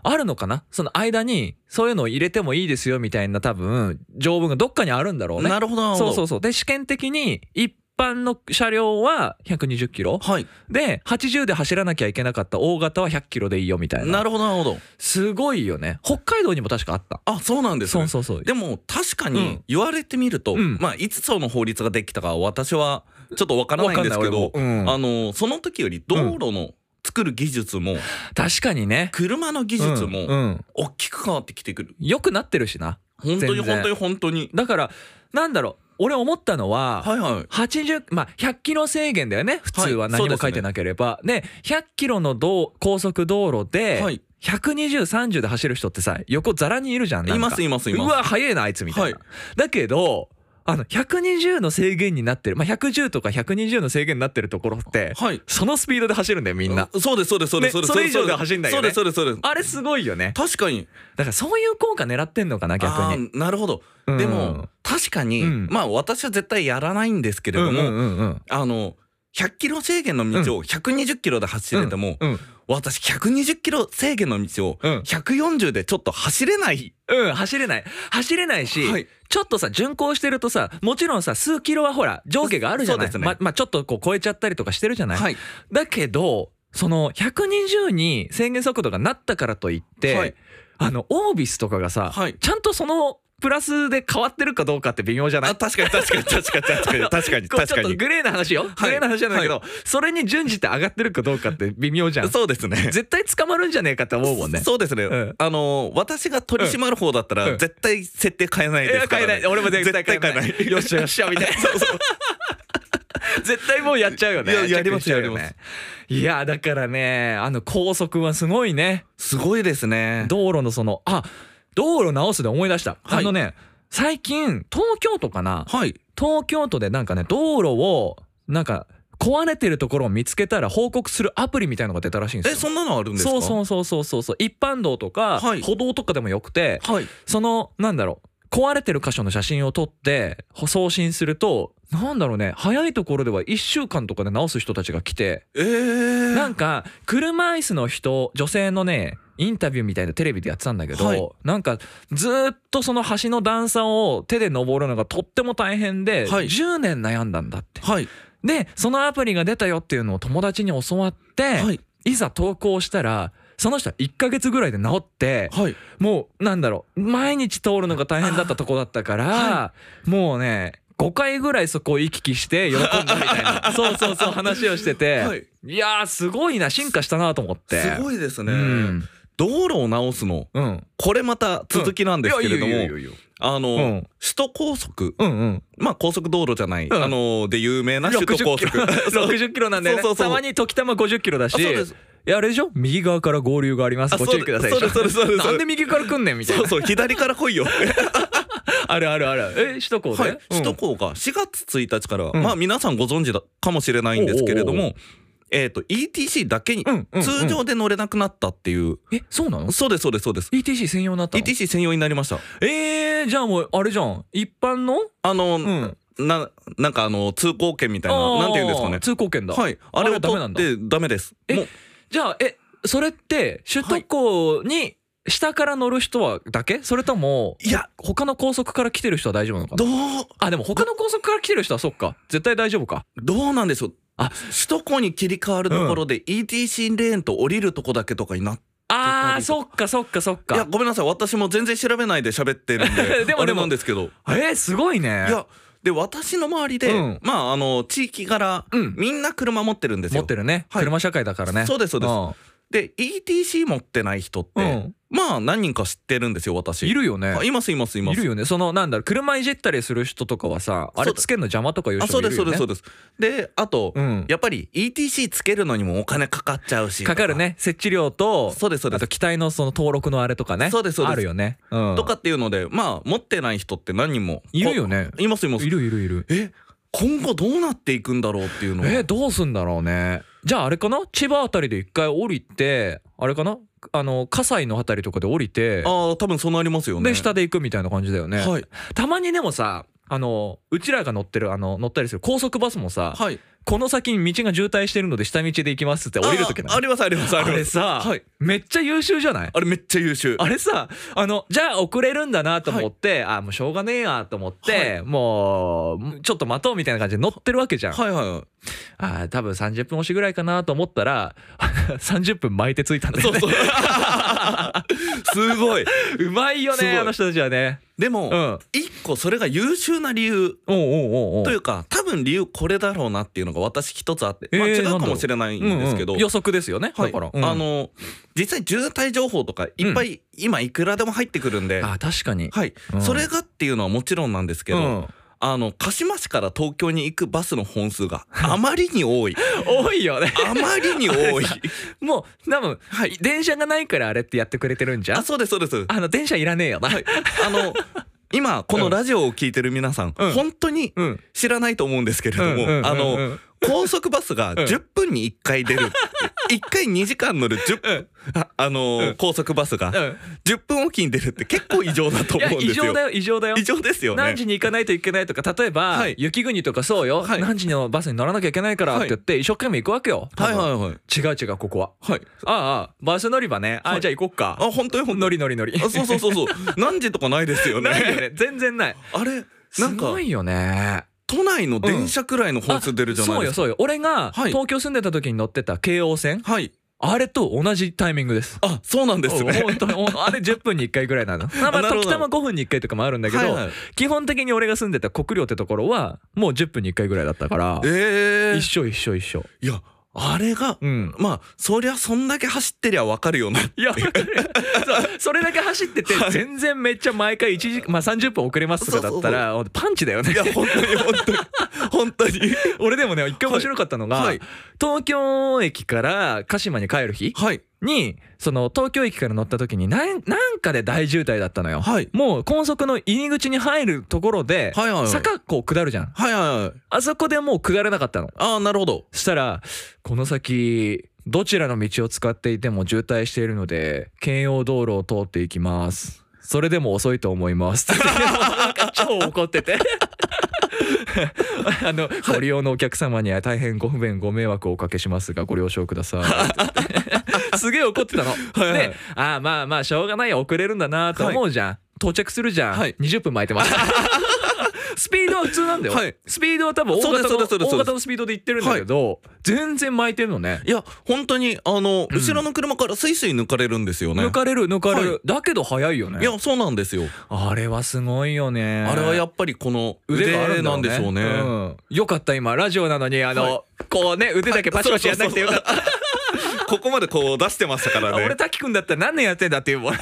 Speaker 1: あるのかなその間にそういうのを入れてもいいですよみたいな多分条文がどっかにあるんだろうね
Speaker 3: なるほどなるほ
Speaker 1: そ
Speaker 3: ど
Speaker 1: うそうそうで試験的に一般の車両は120キロ
Speaker 3: はい
Speaker 1: で80で走らなきゃいけなかった大型は100キロでいいよみたいな
Speaker 3: なるほどなるほど
Speaker 1: すごいよね北海道にも確かあった
Speaker 3: あそうなんです
Speaker 1: そ
Speaker 3: ね
Speaker 1: うそうそう
Speaker 3: でも確か
Speaker 1: う
Speaker 3: に
Speaker 1: ん
Speaker 3: 言われてみると、
Speaker 1: うん
Speaker 3: まあいつその法律ができたかは私はちょっとわからないんですけ
Speaker 1: わ
Speaker 3: ど、
Speaker 1: かんない俺もうん
Speaker 3: あのその時より道路の作る技術も
Speaker 1: 確かにね
Speaker 3: 車の技術
Speaker 1: う
Speaker 3: も
Speaker 1: んうん、
Speaker 3: 大きく変わってきてくる
Speaker 1: 良くなってるしな
Speaker 3: 本当
Speaker 1: 全
Speaker 3: に
Speaker 1: 然
Speaker 3: 本当に本当に
Speaker 1: だからなんだろう俺思ったのは、
Speaker 3: はいはい
Speaker 1: 80まあ100キロ制限だよね普通は
Speaker 3: はい
Speaker 1: 何
Speaker 3: そうで
Speaker 1: も
Speaker 3: すね
Speaker 1: 書いてなければ、で100キロの道高速道路で、
Speaker 3: はい
Speaker 1: 12030で走る人ってさ横ざらにいるじゃんなんか
Speaker 3: いますいますいます
Speaker 1: うわ速えなあいつみたいな、
Speaker 3: は
Speaker 1: だけどあの120の制限になってる、まあ、110とか120の制限になってるところって、
Speaker 3: はい
Speaker 1: そのスピードで走るんだよみんな、
Speaker 3: うそうですそうですそうです
Speaker 1: ね
Speaker 3: です
Speaker 1: それ以上で走んないよね
Speaker 3: そうですそうですそうで
Speaker 1: あれすごいよね
Speaker 3: す確かに
Speaker 1: だからそういう効果狙ってんのかな逆に
Speaker 3: あーなるほど、
Speaker 1: うん
Speaker 3: でも確かに、
Speaker 1: うん
Speaker 3: まあ私は絶対やらないんですけれども、
Speaker 1: うんうんうん
Speaker 3: あの100キロ制限の道を120キロで走れても、
Speaker 1: うん
Speaker 3: 私120キロ制限の道を
Speaker 1: うん
Speaker 3: 140でちょっと走れない、
Speaker 1: うん、走れない走れないし、
Speaker 3: はい
Speaker 1: ちょっとさ巡航してるとさもちろんさ数キロはほら上下があるじゃない
Speaker 3: そうですね
Speaker 1: ままあちょっとこう超えちゃったりとかしてるじゃない、
Speaker 3: はい
Speaker 1: だけどその120に制限速度がなったからといって、
Speaker 3: はい
Speaker 1: あのオービスとかがさ、
Speaker 3: はい
Speaker 1: ちゃんとそのプラスで変わってるかどうかって微妙じゃない
Speaker 3: あ確かに確かに確かに確かに確かに
Speaker 1: こう
Speaker 3: 確
Speaker 1: ちょ
Speaker 3: か
Speaker 1: っと
Speaker 3: に
Speaker 1: グレーな話よ、グレーな話なんだけど、それに準じて上がってるかどうかって微妙じゃん
Speaker 3: そうです ね
Speaker 1: 絶対捕まるんじゃねえかって思うもんね
Speaker 3: そうですね、
Speaker 1: うん
Speaker 3: あの私が取り締まる方だったら、
Speaker 1: うん
Speaker 3: 絶対設定変えないですから、ね、
Speaker 1: いや変えない俺も絶対変えない よっしゃよっしゃみたいな
Speaker 3: そうそう
Speaker 1: 絶対もうやっちゃうよね
Speaker 3: いややります
Speaker 1: チェックしちゃうよね
Speaker 3: やり
Speaker 1: いやだからねあの高速はすごいね
Speaker 3: すごいですね
Speaker 1: 道路のそのあ道路直すで思い出した、
Speaker 3: はい
Speaker 1: あのね最近東京都かな
Speaker 3: はい
Speaker 1: 東京都でなんかね道路をなんか壊れてるところを見つけたら報告するアプリみたいのが出たらしいんです
Speaker 3: え
Speaker 1: よ
Speaker 3: そんなのあるんですか
Speaker 1: そうそうそうそうそうそう一般道とか
Speaker 3: はい
Speaker 1: 歩道とかでもよくて、
Speaker 3: はい
Speaker 1: そのなんだろう壊れてる箇所の写真を撮って送信するとなんだろうね早いところでは1週間とかで直す人たちが来て
Speaker 3: えー、
Speaker 1: なんか車椅子の人女性のねインタビューみたいなテレビでやってたんだけど、
Speaker 3: はい
Speaker 1: なんかずーっとその橋の段差を手で登るのがとっても大変で、
Speaker 3: はい
Speaker 1: 10年悩んだんだって。
Speaker 3: はい
Speaker 1: でそのアプリが出たよっていうのを友達に教わって、
Speaker 3: はい
Speaker 1: いざ投稿したらその人は1ヶ月ぐらいで治って
Speaker 3: はい
Speaker 1: もうなんだろう毎日通るのが大変だったとこだったから、
Speaker 3: は
Speaker 1: もうね5回ぐらいそこを行き来して喜んだみたい なそうそうそう話をしてて、
Speaker 3: はいい、
Speaker 1: やーすごいな進化したなと思って
Speaker 3: す
Speaker 1: い
Speaker 3: ごいです
Speaker 1: ね
Speaker 3: ね、道路を直すの
Speaker 1: うん
Speaker 3: これまた続きなんですけれど
Speaker 1: いやいい
Speaker 3: も
Speaker 1: よいいよいいよいいよ
Speaker 3: あの、
Speaker 1: うん
Speaker 3: 首都高速
Speaker 1: うんうん
Speaker 3: まあ高速道路じゃない、
Speaker 1: うん
Speaker 3: あので有名な首都
Speaker 1: 60
Speaker 3: 高
Speaker 1: キロ
Speaker 3: 速
Speaker 1: 60キロなんだよね
Speaker 3: そうそうそう
Speaker 1: たまに時たま50キロだし
Speaker 3: あそうです
Speaker 1: いやあれでしょ右側から合流があります
Speaker 3: あ
Speaker 1: ご注意くださいでしょ
Speaker 3: そうですそうですそうです
Speaker 1: なんで右から来んねんみたい
Speaker 3: そ
Speaker 1: な
Speaker 3: うそう左から来 いよは
Speaker 1: あるあるあるえ首都高で、
Speaker 3: い首都高が4月1日から、
Speaker 1: ん
Speaker 3: まあ皆さんご存知だかもしれないんですけれども
Speaker 1: おうお
Speaker 3: えっ、と ETC だけに
Speaker 1: うんうんうん
Speaker 3: 通常で乗れなくなったっていう、
Speaker 1: うんえそうなの
Speaker 3: そうですそうですそうです
Speaker 1: ETC 専用になったの
Speaker 3: ETC 専用になりました
Speaker 1: えー、じゃあもうあれじゃん一般の
Speaker 3: あの、
Speaker 1: ん
Speaker 3: ななんかあの通行券みたい
Speaker 1: あ
Speaker 3: な
Speaker 1: ー
Speaker 3: なんて言うんですかね
Speaker 1: 通行券だ
Speaker 3: はいあれを
Speaker 1: ダメ
Speaker 3: 取
Speaker 1: な
Speaker 3: っ
Speaker 1: んだ
Speaker 3: てダメです
Speaker 1: え
Speaker 3: もう
Speaker 1: じゃあえそれって首都高に下から乗る人はだけそれとも
Speaker 3: いや
Speaker 1: 他の高速から来てる人は大丈夫なのかな
Speaker 3: どう
Speaker 1: あでも他の高速から来てる人はそっか絶対大丈夫か
Speaker 3: どうなんでしょう
Speaker 1: あ
Speaker 3: 首都高に切り替わるところで ETC レーンと降りるとこだけとかになっ
Speaker 1: あーそっかそっかそっ
Speaker 3: い
Speaker 1: か
Speaker 3: やごめんなさい私も全然調べないで喋ってるん で
Speaker 1: でも
Speaker 3: あ
Speaker 1: で
Speaker 3: れ
Speaker 1: も
Speaker 3: なんですけどい
Speaker 1: えー、すごいね
Speaker 3: やで私の周りで、
Speaker 1: うん
Speaker 3: まああの地域柄、
Speaker 1: うん
Speaker 3: みんな車持ってるんです
Speaker 1: 持
Speaker 3: よ
Speaker 1: ってるね、
Speaker 3: はい
Speaker 1: 車社会だからね
Speaker 3: そうですそうですで ETC 持ってない人って、
Speaker 1: うん
Speaker 3: まあ何人か知ってるんですよ私
Speaker 1: いるよね
Speaker 3: あいますいますいま
Speaker 1: い
Speaker 3: す
Speaker 1: るよねそのなんだろう車いじったりする人とかはさあれつけんの邪魔とかいう
Speaker 3: あ
Speaker 1: 人
Speaker 3: そ
Speaker 1: も
Speaker 3: う
Speaker 1: い
Speaker 3: で
Speaker 1: るよ
Speaker 3: すそ
Speaker 1: ね
Speaker 3: うですそうですであと、
Speaker 1: うん
Speaker 3: やっぱり ETC つけるのにもお金かかっちゃうし
Speaker 1: かかるね設置料と
Speaker 3: そうですそうです
Speaker 1: あと機体のその登録のあれとかね
Speaker 3: そうですそうです
Speaker 1: あるよね、うん
Speaker 3: とかっていうのでまあ持ってない人って何人も
Speaker 1: いるよね
Speaker 3: いますいます
Speaker 1: いるいるいる
Speaker 3: え今後どうなっていくんだろうっていうのは
Speaker 1: えーどうすんだろうねじゃああれかな千葉あたりで一回降りてあれかなあの葛西のあたりとかで降りて
Speaker 3: ああ多分そうなりますよね
Speaker 1: で下で行くみたいな感じだよね、
Speaker 3: はい
Speaker 1: たまにでもさあのうちらが乗ってるあの乗ったりする高速バスもさ、
Speaker 3: はい
Speaker 1: この先に道が渋滞してるので下道で行きますって降りるとき
Speaker 3: あーありますありますあ
Speaker 1: あ
Speaker 3: りま
Speaker 1: れ
Speaker 3: す
Speaker 1: さ、
Speaker 3: はい
Speaker 1: めっちゃ優秀じゃない
Speaker 3: あれめっちゃ優秀
Speaker 1: あれさあのじゃあ遅れるんだなと思って、あもうしょうがねえやと思って、
Speaker 3: は
Speaker 1: もうちょっと待とうみたいな感じで乗ってるわけじゃん、
Speaker 3: はいはいは
Speaker 1: あー多分30分押しぐらいかなと思ったら 30分巻いてついたん
Speaker 3: い
Speaker 1: だ
Speaker 3: そ
Speaker 1: よ
Speaker 3: う
Speaker 1: ね
Speaker 3: そうすごいう
Speaker 1: まいよ
Speaker 3: すご
Speaker 1: ね
Speaker 3: い
Speaker 1: あの人たちはね
Speaker 3: で
Speaker 1: う
Speaker 3: も
Speaker 1: ん
Speaker 3: 一個それが優秀な理由
Speaker 1: おうおうおうおう
Speaker 3: というか多分理由これだろうなっていうのが私一つあって、まあ、
Speaker 1: えー
Speaker 3: 違う
Speaker 1: なん
Speaker 3: か
Speaker 1: だろ
Speaker 3: も
Speaker 1: う
Speaker 3: しれないん
Speaker 1: うんうん
Speaker 3: ですけど、
Speaker 1: 予測ですよね。
Speaker 3: はい
Speaker 1: だから、
Speaker 3: あの実際渋滞情報とかいっぱい、今いくらでも入ってくるんで、
Speaker 1: あ確かに。
Speaker 3: はい
Speaker 1: うん
Speaker 3: それがっていうのはもちろんなんですけど、
Speaker 1: うん
Speaker 3: あの鹿島市から東京に行くバスの本数があまりに 多い
Speaker 1: 多いよね。
Speaker 3: あまりに多い
Speaker 1: もう多分、
Speaker 3: はい
Speaker 1: 電車がないからあれってやってくれてるんじゃ
Speaker 3: あ
Speaker 1: ん。
Speaker 3: そうですそうです
Speaker 1: あの電車いらねえよな。
Speaker 3: はい、あの今このラジオを聞いてる皆さん、
Speaker 1: うん
Speaker 3: 本当に
Speaker 1: うん。
Speaker 3: 知らないと思うんですけれども、
Speaker 1: うんうんうんうん
Speaker 3: あの高速バスが
Speaker 1: ん
Speaker 3: 10分に1回出る、1回2時間乗る10分、ああのー高速バスが
Speaker 1: うん
Speaker 3: 10分おきに出るって結構異常だと
Speaker 1: いや
Speaker 3: 思うん
Speaker 1: 異
Speaker 3: ですよ。
Speaker 1: 常だよ異常だよ
Speaker 3: 異。常ですよね。
Speaker 1: 何時に行かないといけないとか例えば、
Speaker 3: はい
Speaker 1: 雪国とかそうよ、
Speaker 3: はい
Speaker 1: 何時のバスに乗らなきゃいけないからって言って、一生懸命行くわけよ、
Speaker 3: はいはいはい。
Speaker 1: 違う違うここは
Speaker 3: はい。
Speaker 1: ああああバス乗り場ねああ、
Speaker 3: はい
Speaker 1: じゃあ行こっか
Speaker 3: あ本当に本
Speaker 1: 乗
Speaker 3: 当
Speaker 1: り乗り乗り
Speaker 3: に。あそうそうそうそう。何時とかないですよ ね。
Speaker 1: ないよね全然ない
Speaker 3: あれな
Speaker 1: なんん
Speaker 3: か
Speaker 1: かすごいよね
Speaker 3: 都内の電車くらいの本数出るじゃない
Speaker 1: そう
Speaker 3: で
Speaker 1: よ
Speaker 3: すか。
Speaker 1: そうよ俺が
Speaker 3: はい
Speaker 1: 東京住んでた時に乗ってた京王線、
Speaker 3: はい。
Speaker 1: あれと同じタイミングです
Speaker 3: あそうなんですね。
Speaker 1: 本当におあれ10分に1回ぐらい なのまあまあ
Speaker 3: なるほど
Speaker 1: 時たま5分に1回とかもあるんだけど、
Speaker 3: はいはい
Speaker 1: 基本的に俺が住んでた国領ってところはもう10分に1回ぐらいだったから
Speaker 3: ええ
Speaker 1: 一緒一緒一緒
Speaker 3: いやあれが、
Speaker 1: うん
Speaker 3: まあそりゃそんだけ走ってりゃわかるよな。
Speaker 1: いやそうそれだけ走ってて全然めっちゃ毎回1時間、まあ、30分遅れますとかだったらパンチだよね
Speaker 3: いや本当に本当に本当に。
Speaker 1: 俺でもね一回面白かったのが、
Speaker 3: はい
Speaker 1: 東京駅から鹿島に帰る日
Speaker 3: はい
Speaker 1: にその東京駅から乗った時になんなんかで大渋滞だったのよ。
Speaker 3: はい
Speaker 1: もう高速の入り口に入るところで、
Speaker 3: はいはいはい
Speaker 1: 坂こう下るじゃん
Speaker 3: はいはいはい。
Speaker 1: あそこでもう下れなかったの
Speaker 3: ああなるほど。
Speaker 1: そしたらこの先どちらの道を使っていても渋滞しているので京王道路を通っていきますそれでも遅いと思いますなんか超怒ってて あのご利用のお客様には大変ご不便ご迷惑をおかけしますがご了承ください すげえ怒ってたの。
Speaker 3: いはい
Speaker 1: で、ああまあまあしょうがないよ遅れるんだなと思うじゃん。到着するじゃん。
Speaker 3: はい
Speaker 1: 20分巻いて ます。スピードは普通なんだよ。
Speaker 3: はい
Speaker 1: スピードは多分大
Speaker 3: そうです
Speaker 1: 型
Speaker 3: そ
Speaker 1: の
Speaker 3: うですそうです
Speaker 1: 大型のスピードで行ってるんだけど、全然巻いてんのね。
Speaker 3: いや本当にあの、後ろの車からスイスイ抜かれるんですよね。
Speaker 1: 抜かれる抜かれる、
Speaker 3: はい
Speaker 1: だけど速いよね
Speaker 3: いやそうなんですよ。
Speaker 1: あれはすごいよね
Speaker 3: あれはやっぱりこの
Speaker 1: 腕
Speaker 3: 腕
Speaker 1: があるんだ
Speaker 3: な
Speaker 1: ろ
Speaker 3: んでしょうね。
Speaker 1: んよかった今ラジオなのにあの、
Speaker 3: はい
Speaker 1: こうね腕だけパチパチやんなくてよかった、
Speaker 3: ここまでこう出してましたから
Speaker 1: あ俺
Speaker 3: ね。
Speaker 1: 滝君だったら何年やってんだっていうもん。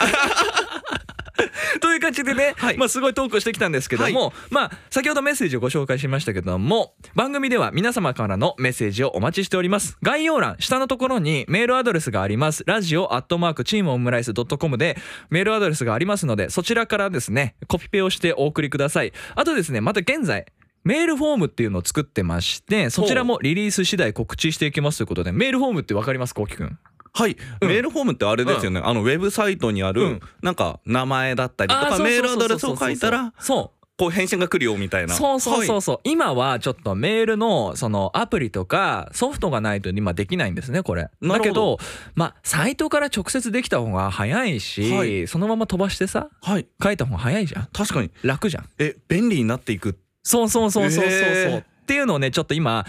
Speaker 1: という感じでね、
Speaker 3: はい
Speaker 1: まあすごいトークをしてきたんですけども、まあ先ほどメッセージをご紹介しましたけども番組では皆様からのメッセージをお待ちしております概要欄下のところにメールアドレスがありますラジオアットマークチームオムライス .com でメールアドレスがありますのでそちらからですねコピペをしてお送りくださいあとですねまた現在メールフォームっていうのを作ってましてそちらもリリース次第告知していきますということでメールフォームってわかりますこうきくん
Speaker 3: はい、メールフォームってあれですよね。あのウェブサイトにある、
Speaker 1: うん
Speaker 3: なんか名前だったりと
Speaker 1: あー
Speaker 3: か
Speaker 1: そう
Speaker 3: メー
Speaker 1: そう
Speaker 3: ル
Speaker 1: そう
Speaker 3: ア
Speaker 1: そう
Speaker 3: ドレスを書いたら
Speaker 1: そう
Speaker 3: こう返信が来るよみたいな。
Speaker 1: そうそうそう
Speaker 3: は
Speaker 1: そう、今はちょっとメールのそのアプリとかソフトがないと今できないんですねこれ
Speaker 3: ほど
Speaker 1: だけどまあサイトから直接できた方が早いし、
Speaker 3: はい
Speaker 1: そのまま飛ばしてさ
Speaker 3: い。はい。
Speaker 1: 書いた方が早いじゃん
Speaker 3: 確かに
Speaker 1: 楽じゃん
Speaker 3: え便利になっていく。
Speaker 1: そうそうそうそうそうそう、
Speaker 3: へー
Speaker 1: っていうのをねちょっと今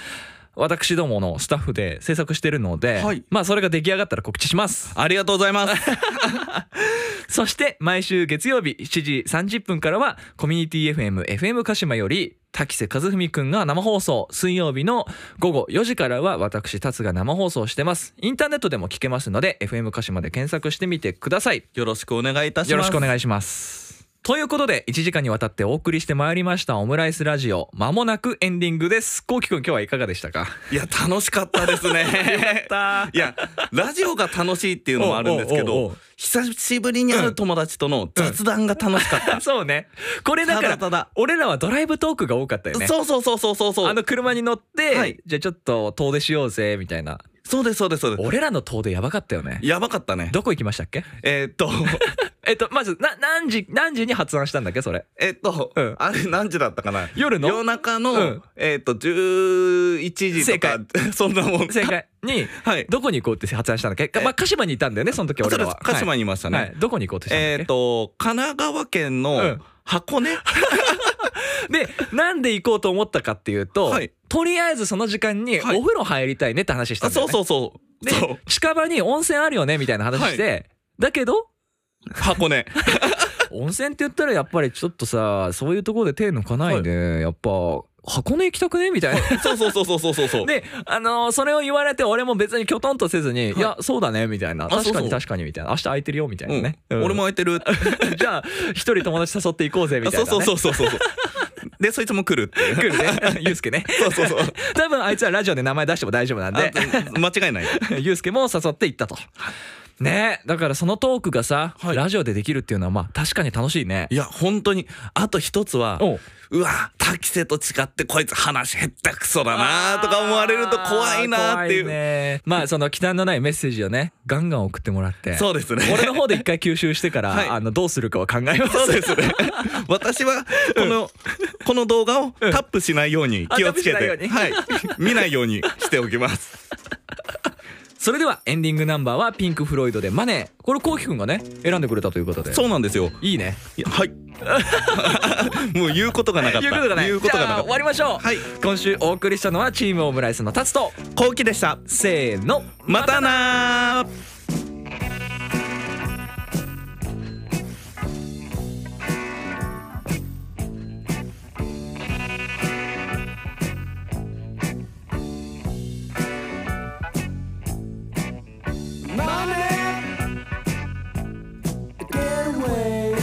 Speaker 1: 私どものスタッフで制作してるので、
Speaker 3: はい
Speaker 1: まあそれが出来上がったら告知します
Speaker 3: ありがとうございます。
Speaker 1: そして毎週月曜日7時30分からはコミュニティ FM FM 鹿島より滝瀬和文くんが生放送水曜日の午後4時からは私達が生放送してますインターネットでも聞けますので FM 鹿島で検索してみてください
Speaker 3: よろしくお願いいたします。
Speaker 1: よろしくお願いしますということで1時間にわたってお送りしてまいりましたオムライスラジオまもなくエンディングですこうきくん今日はいかがでしたか
Speaker 3: いや楽しかったですね。
Speaker 1: た
Speaker 3: いやラジオが楽しいっていうのもあるんですけ
Speaker 1: おうおうおうお
Speaker 3: ど
Speaker 1: う
Speaker 3: 久しぶりに会う友達との雑談が楽し かっ た。
Speaker 1: そうねこれだから
Speaker 3: ただただ
Speaker 1: 俺らはドライブトークが多かったよね
Speaker 3: そうそうそうそうそうそう
Speaker 1: あの車に乗って、
Speaker 3: はい
Speaker 1: じゃあちょっと遠出しようぜみたいな
Speaker 3: そうですそうですそうです
Speaker 1: 俺らの遠出やばかったよね
Speaker 3: やばかったね
Speaker 1: どこ行きましたっけ
Speaker 3: えーっと
Speaker 1: えっとまずな何時何時に発案したんだっけそれ
Speaker 3: えーっと、
Speaker 1: うん
Speaker 3: あれ何時だったかな
Speaker 1: 夜の
Speaker 3: 夜中の、
Speaker 1: うん
Speaker 3: えーっと11時とか そんなもん
Speaker 1: 正解に
Speaker 3: はい
Speaker 1: どこに行こうって発案したんだっけ、まあ、鹿島にいたんだよねその時
Speaker 3: そう
Speaker 1: 俺
Speaker 3: で
Speaker 1: ら
Speaker 3: す
Speaker 1: は
Speaker 3: 鹿島にいました
Speaker 1: はい
Speaker 3: ね、
Speaker 1: はいどこに行こうとしたんだっ
Speaker 3: え
Speaker 1: け、
Speaker 3: ーっと神奈川県
Speaker 1: う
Speaker 3: の
Speaker 1: ん
Speaker 3: 箱根、
Speaker 1: でなんで行こうと思ったかっていうと、
Speaker 3: はい
Speaker 1: とりあえずその時間にお
Speaker 3: はい
Speaker 1: 風呂入りたいねって話した
Speaker 3: あ
Speaker 1: んだよ、
Speaker 3: そう
Speaker 1: ね
Speaker 3: そうそう
Speaker 1: で
Speaker 3: そう
Speaker 1: 近場に温泉あるよねみたいな話して、だけど
Speaker 3: 箱根
Speaker 1: 温泉って言ったらやっぱりちょっとさそういうところで手抜かないで、やっぱ箱根行きたくねみたいな。
Speaker 3: そうそうそうそうそうそうそう。
Speaker 1: で、あのーそれを言われて俺も別にきょとんとせずに「
Speaker 3: い
Speaker 1: い、やそうだね」みたいな「
Speaker 3: あそうそ
Speaker 1: 確
Speaker 3: う
Speaker 1: かに確かに」みたいな「明日空いてるよ」みたいな
Speaker 3: うん
Speaker 1: ね、うん
Speaker 3: 俺も空いてる。
Speaker 1: じゃあ一人友達誘っていこうぜみたい
Speaker 3: そ
Speaker 1: な、
Speaker 3: う
Speaker 1: ね、
Speaker 3: そうそうそうそうそう。でそいつも来るっていう。
Speaker 1: 来るね ゆうすけね
Speaker 3: そうそうそう。
Speaker 1: 多分あいつはラジオで名前出しても大丈夫なん
Speaker 3: あ
Speaker 1: で
Speaker 3: 間違いない。
Speaker 1: ゆうすけも誘って行ったと。ねえだからそのトークがさ、ラジオでできるっていうのはまあ確かに楽しいね
Speaker 3: い。や本当にあと一つは
Speaker 1: おう
Speaker 3: うわ滝瀬と違ってこいつ話減ったくそだなとか思われると怖いなっていう
Speaker 1: 怖ねまあその忌憚のないメッセージをねガンガン送ってもらって
Speaker 3: そうですね
Speaker 1: 俺の方で一回吸収してから、
Speaker 3: はい
Speaker 1: あのどうするかは考えます
Speaker 3: そうです ね私はこのこの動画をタップしないように気をつけ
Speaker 1: あタップ
Speaker 3: て
Speaker 1: しな
Speaker 3: はい見ないようにしてお きます
Speaker 1: それではエンディングナンバーはピンク・フロイドで「マネー」これこうきくんがね選んでくれたということで
Speaker 3: そうなんですよ
Speaker 1: いいね
Speaker 3: いやはい もう言うことがなかった
Speaker 1: 言うことがない
Speaker 3: 言うことが
Speaker 1: じ
Speaker 3: な
Speaker 1: ゃ
Speaker 3: か
Speaker 1: あ
Speaker 3: っ
Speaker 1: 終わりましょう、
Speaker 3: はい
Speaker 1: 今週お送りしたのはチームオムライスの達と
Speaker 3: た後期でした
Speaker 1: せーの
Speaker 3: またなー
Speaker 2: マネー Get away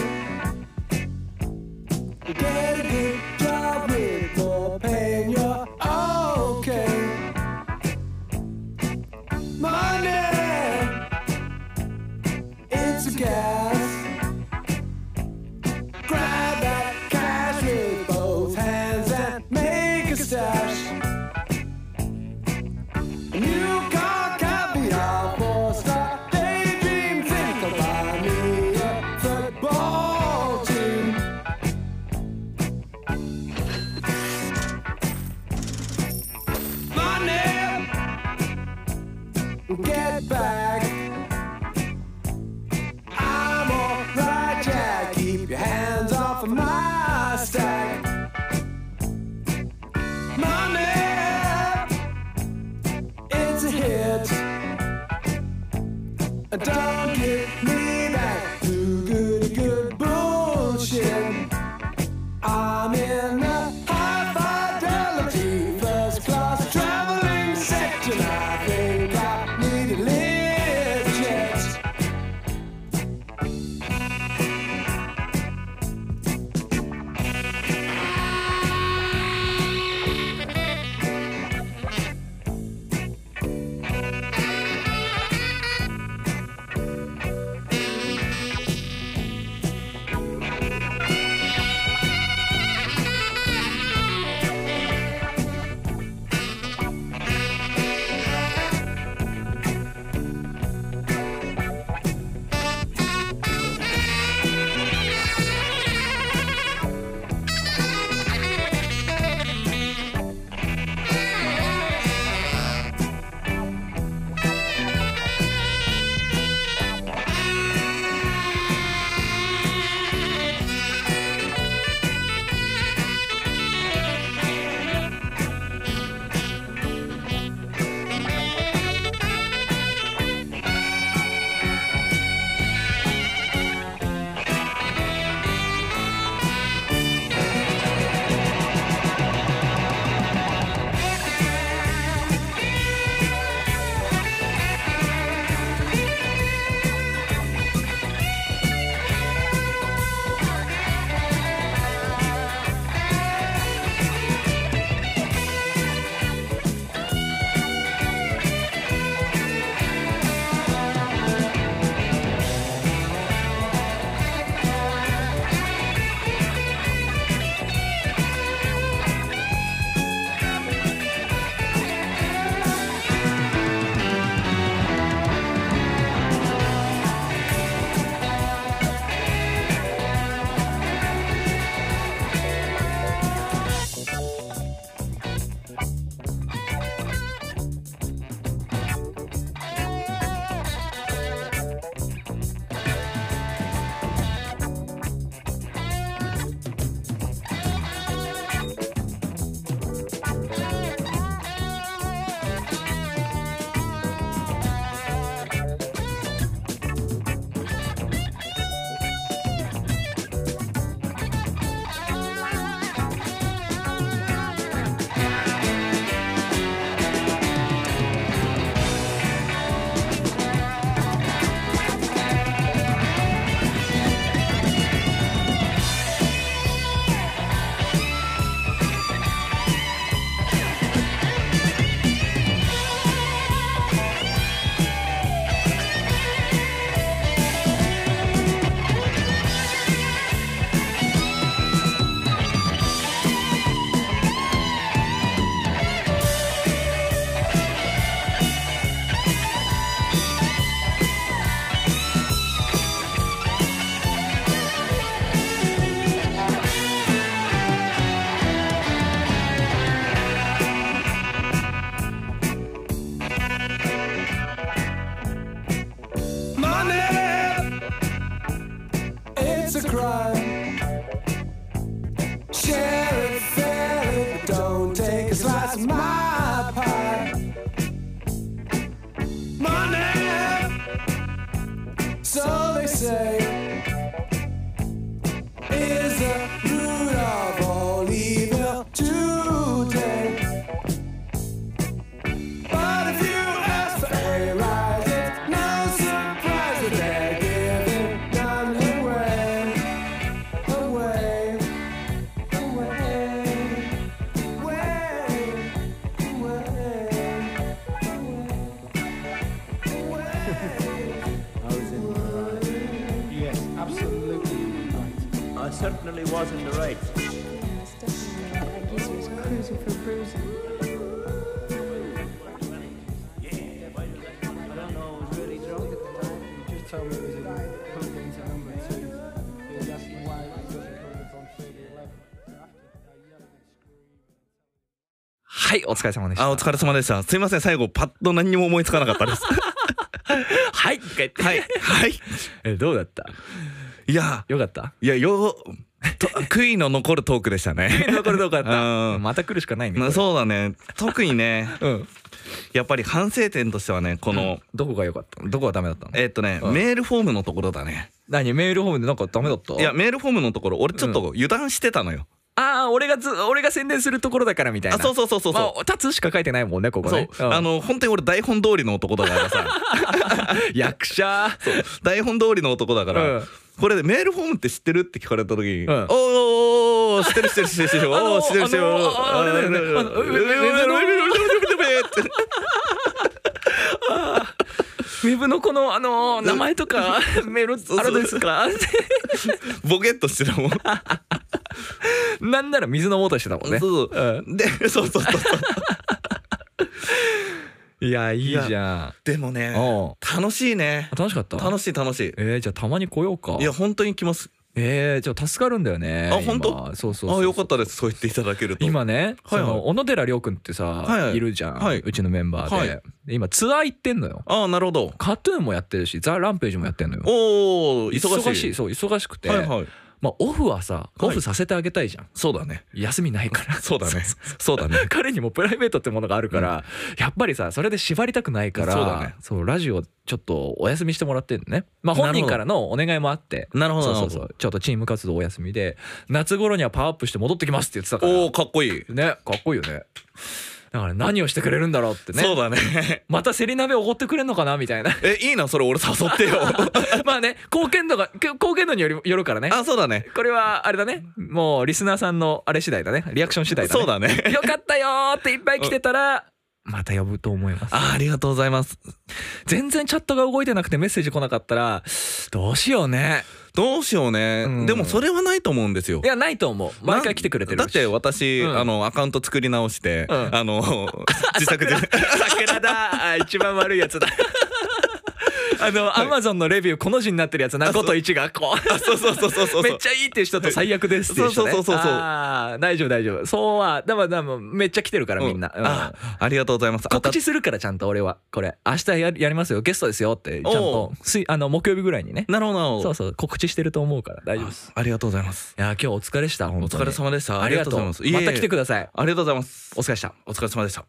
Speaker 2: Get a good job with no pain You're okay Money It's a gas Grab that cash with both hands and make a stash New car caviar four-star daydream. Think of buying me a football team. Money, get back. I'm alright, yeah. Keep your hands off of my stack. Money. It's a hit. Don't give me that too good, good bullshit. I'm in a high fidelity first class traveling section. I think I need a lift jet. Share it, fail it, don't take a slice of my pie. Money, so they say, is the root of all evil today. But if you ask for a rise, it's no surprise that they're giving none away. Away, away, away,
Speaker 4: Yes, absolutely right.
Speaker 5: I certainly was in the right.
Speaker 6: That geezer is cruising for bruising.
Speaker 4: I don't know, I was really drunk at the time. He just told me it was a codeine to number two. He was asking why it doesn't come up on 3011. After I yelled and screamed.
Speaker 1: はいお疲れ様でした
Speaker 3: あお疲れ様でしたすいません最後パッと何にも思いつかなかっ たです
Speaker 1: はいとか言って
Speaker 3: はいはい
Speaker 1: えどうだった
Speaker 3: いや
Speaker 1: よか った
Speaker 3: いやよと悔いの残るトークでしたね
Speaker 1: 残 るどうかった
Speaker 3: うん
Speaker 1: また来るしかないね
Speaker 3: まあ
Speaker 1: こ
Speaker 3: そうだね特にね
Speaker 1: れうん
Speaker 3: やっぱり反省点としてはねこの、
Speaker 1: どこが良かったどこがダメだったの
Speaker 3: えっとね、
Speaker 1: うん
Speaker 3: メールフォームのところだね
Speaker 1: 何メールホームでなんかダメだった
Speaker 3: いやメールフォームのところ俺ちょっと油断してたのよ、
Speaker 1: ああ俺がず俺が宣伝するところだからみたいな
Speaker 3: あそうそうそうそうそう、
Speaker 1: まあ立つしか書いてないもんねここ
Speaker 3: そう
Speaker 1: ね、うん
Speaker 3: あの本当に俺台本通りの男だからさ
Speaker 1: 役者
Speaker 3: 台本通りの男だから、
Speaker 1: うん
Speaker 3: これでメールフォームって知ってるって聞かれた時に
Speaker 1: ん
Speaker 3: 「おーおーおーおー知ってる知ってる知ってる知ってる
Speaker 1: あの
Speaker 3: おー知ってる知ってる
Speaker 1: あ
Speaker 3: お
Speaker 1: の
Speaker 3: ー
Speaker 1: ああれだよね
Speaker 3: あの
Speaker 1: あのウェブウェブの
Speaker 3: って
Speaker 1: ウェブのこのあの名前と かメールあれですか
Speaker 3: ボケっとしてたもん
Speaker 1: なんなら水飲もうとしてたもんね
Speaker 3: そうそうで そうそうそうそう
Speaker 1: いやいいじゃん
Speaker 3: でも ね
Speaker 1: うん
Speaker 3: 楽し いね
Speaker 1: 楽しかった
Speaker 3: 楽
Speaker 1: し
Speaker 3: しい楽しい
Speaker 1: えー、じゃあたまに来ようか
Speaker 3: いや本当に来ます
Speaker 1: えー、じゃあ助かるんだよね
Speaker 3: あ
Speaker 1: 今
Speaker 3: 本当
Speaker 1: そうそうそう
Speaker 3: あよかったですそう言っていただけると
Speaker 1: 今ね、
Speaker 3: はいはい
Speaker 1: その小野寺亮君ってさ、
Speaker 3: はい
Speaker 1: い
Speaker 3: はい
Speaker 1: るじゃん、
Speaker 3: はいう
Speaker 1: ちのメンバーで,、
Speaker 3: はい
Speaker 1: で今ツアー行ってんのよ
Speaker 3: ああなるほど
Speaker 1: カトゥーンもやってるしザ・ランページもやってんのよ
Speaker 3: おお忙しい
Speaker 1: そう忙しくて、
Speaker 3: はいはい
Speaker 1: まあオフはさ
Speaker 3: い
Speaker 1: オフさせてあげたいじゃん、
Speaker 3: そうだね
Speaker 1: 休みないから
Speaker 3: そうだねそうだね
Speaker 1: 彼にもプライベートってものがあるから、やっぱりさそれで縛りたくないから
Speaker 3: そうだね
Speaker 1: そうラジオちょっとお休みしてもらってんのねまあ本
Speaker 3: なるほ
Speaker 1: 人
Speaker 3: ど
Speaker 1: からのお願いもあって
Speaker 3: なるほど
Speaker 1: そうそうそ
Speaker 3: な
Speaker 1: うちょっとチーム活動お休みで夏頃にはパワーアップして戻ってきますって言ってたから
Speaker 3: おおかっこいい
Speaker 1: ねかっこいいよねだから何をしてくれるんだろうってね
Speaker 3: そ うだね
Speaker 1: またセリ鍋おごってくれんのかなみたいな
Speaker 3: えいいなそれ俺誘ってよ
Speaker 1: まあ ね貢献度が貢献度によりよるからね
Speaker 3: あそうだね
Speaker 1: これはあれだねもうリスナーさんのあれ次第だねリアクション次第だね
Speaker 3: そうだね
Speaker 1: よかったよーっていっぱい来てたらまた呼ぶと思います
Speaker 3: あありがとうございます
Speaker 1: 全然チャットが動いてなくてメッセージ来なかったらどうしようね
Speaker 3: どうしようね、
Speaker 1: うん
Speaker 3: でもそれはないと思うんですよ
Speaker 1: いやないと思う毎回来てくれてるし
Speaker 3: だって私、
Speaker 1: うん
Speaker 3: あのアカウント作り直して、
Speaker 1: うん
Speaker 3: あの自作で
Speaker 1: 桜だあ一番悪いやつだ あのアマゾンのレビューこの字になってるやつなこと1がこう
Speaker 3: そうそう そうそうそう
Speaker 1: めっちゃいいっていう人と最悪ですっていう人、ね、
Speaker 3: そうそうそうそうそう
Speaker 1: あー大丈夫大丈夫そうはだからだからめっちゃ来てるからみんな、うん
Speaker 3: あありがとうございます
Speaker 1: 告知するからちゃんと俺はこれ明日ややりますよゲストですよってちゃん
Speaker 3: お
Speaker 1: とすいあの木曜日ぐらいにね
Speaker 3: なるほどなるほど
Speaker 1: そうそう告知してると思うから大丈夫です
Speaker 3: ありがとうございます
Speaker 1: いやー今日お疲れでした本
Speaker 3: お
Speaker 1: 当
Speaker 3: 疲
Speaker 1: に
Speaker 3: れ様でした
Speaker 1: ありがとう
Speaker 3: ありがとうございますいえいえ
Speaker 1: また来てください
Speaker 3: ありがとうございます
Speaker 1: お疲れでした
Speaker 3: お疲れ様でした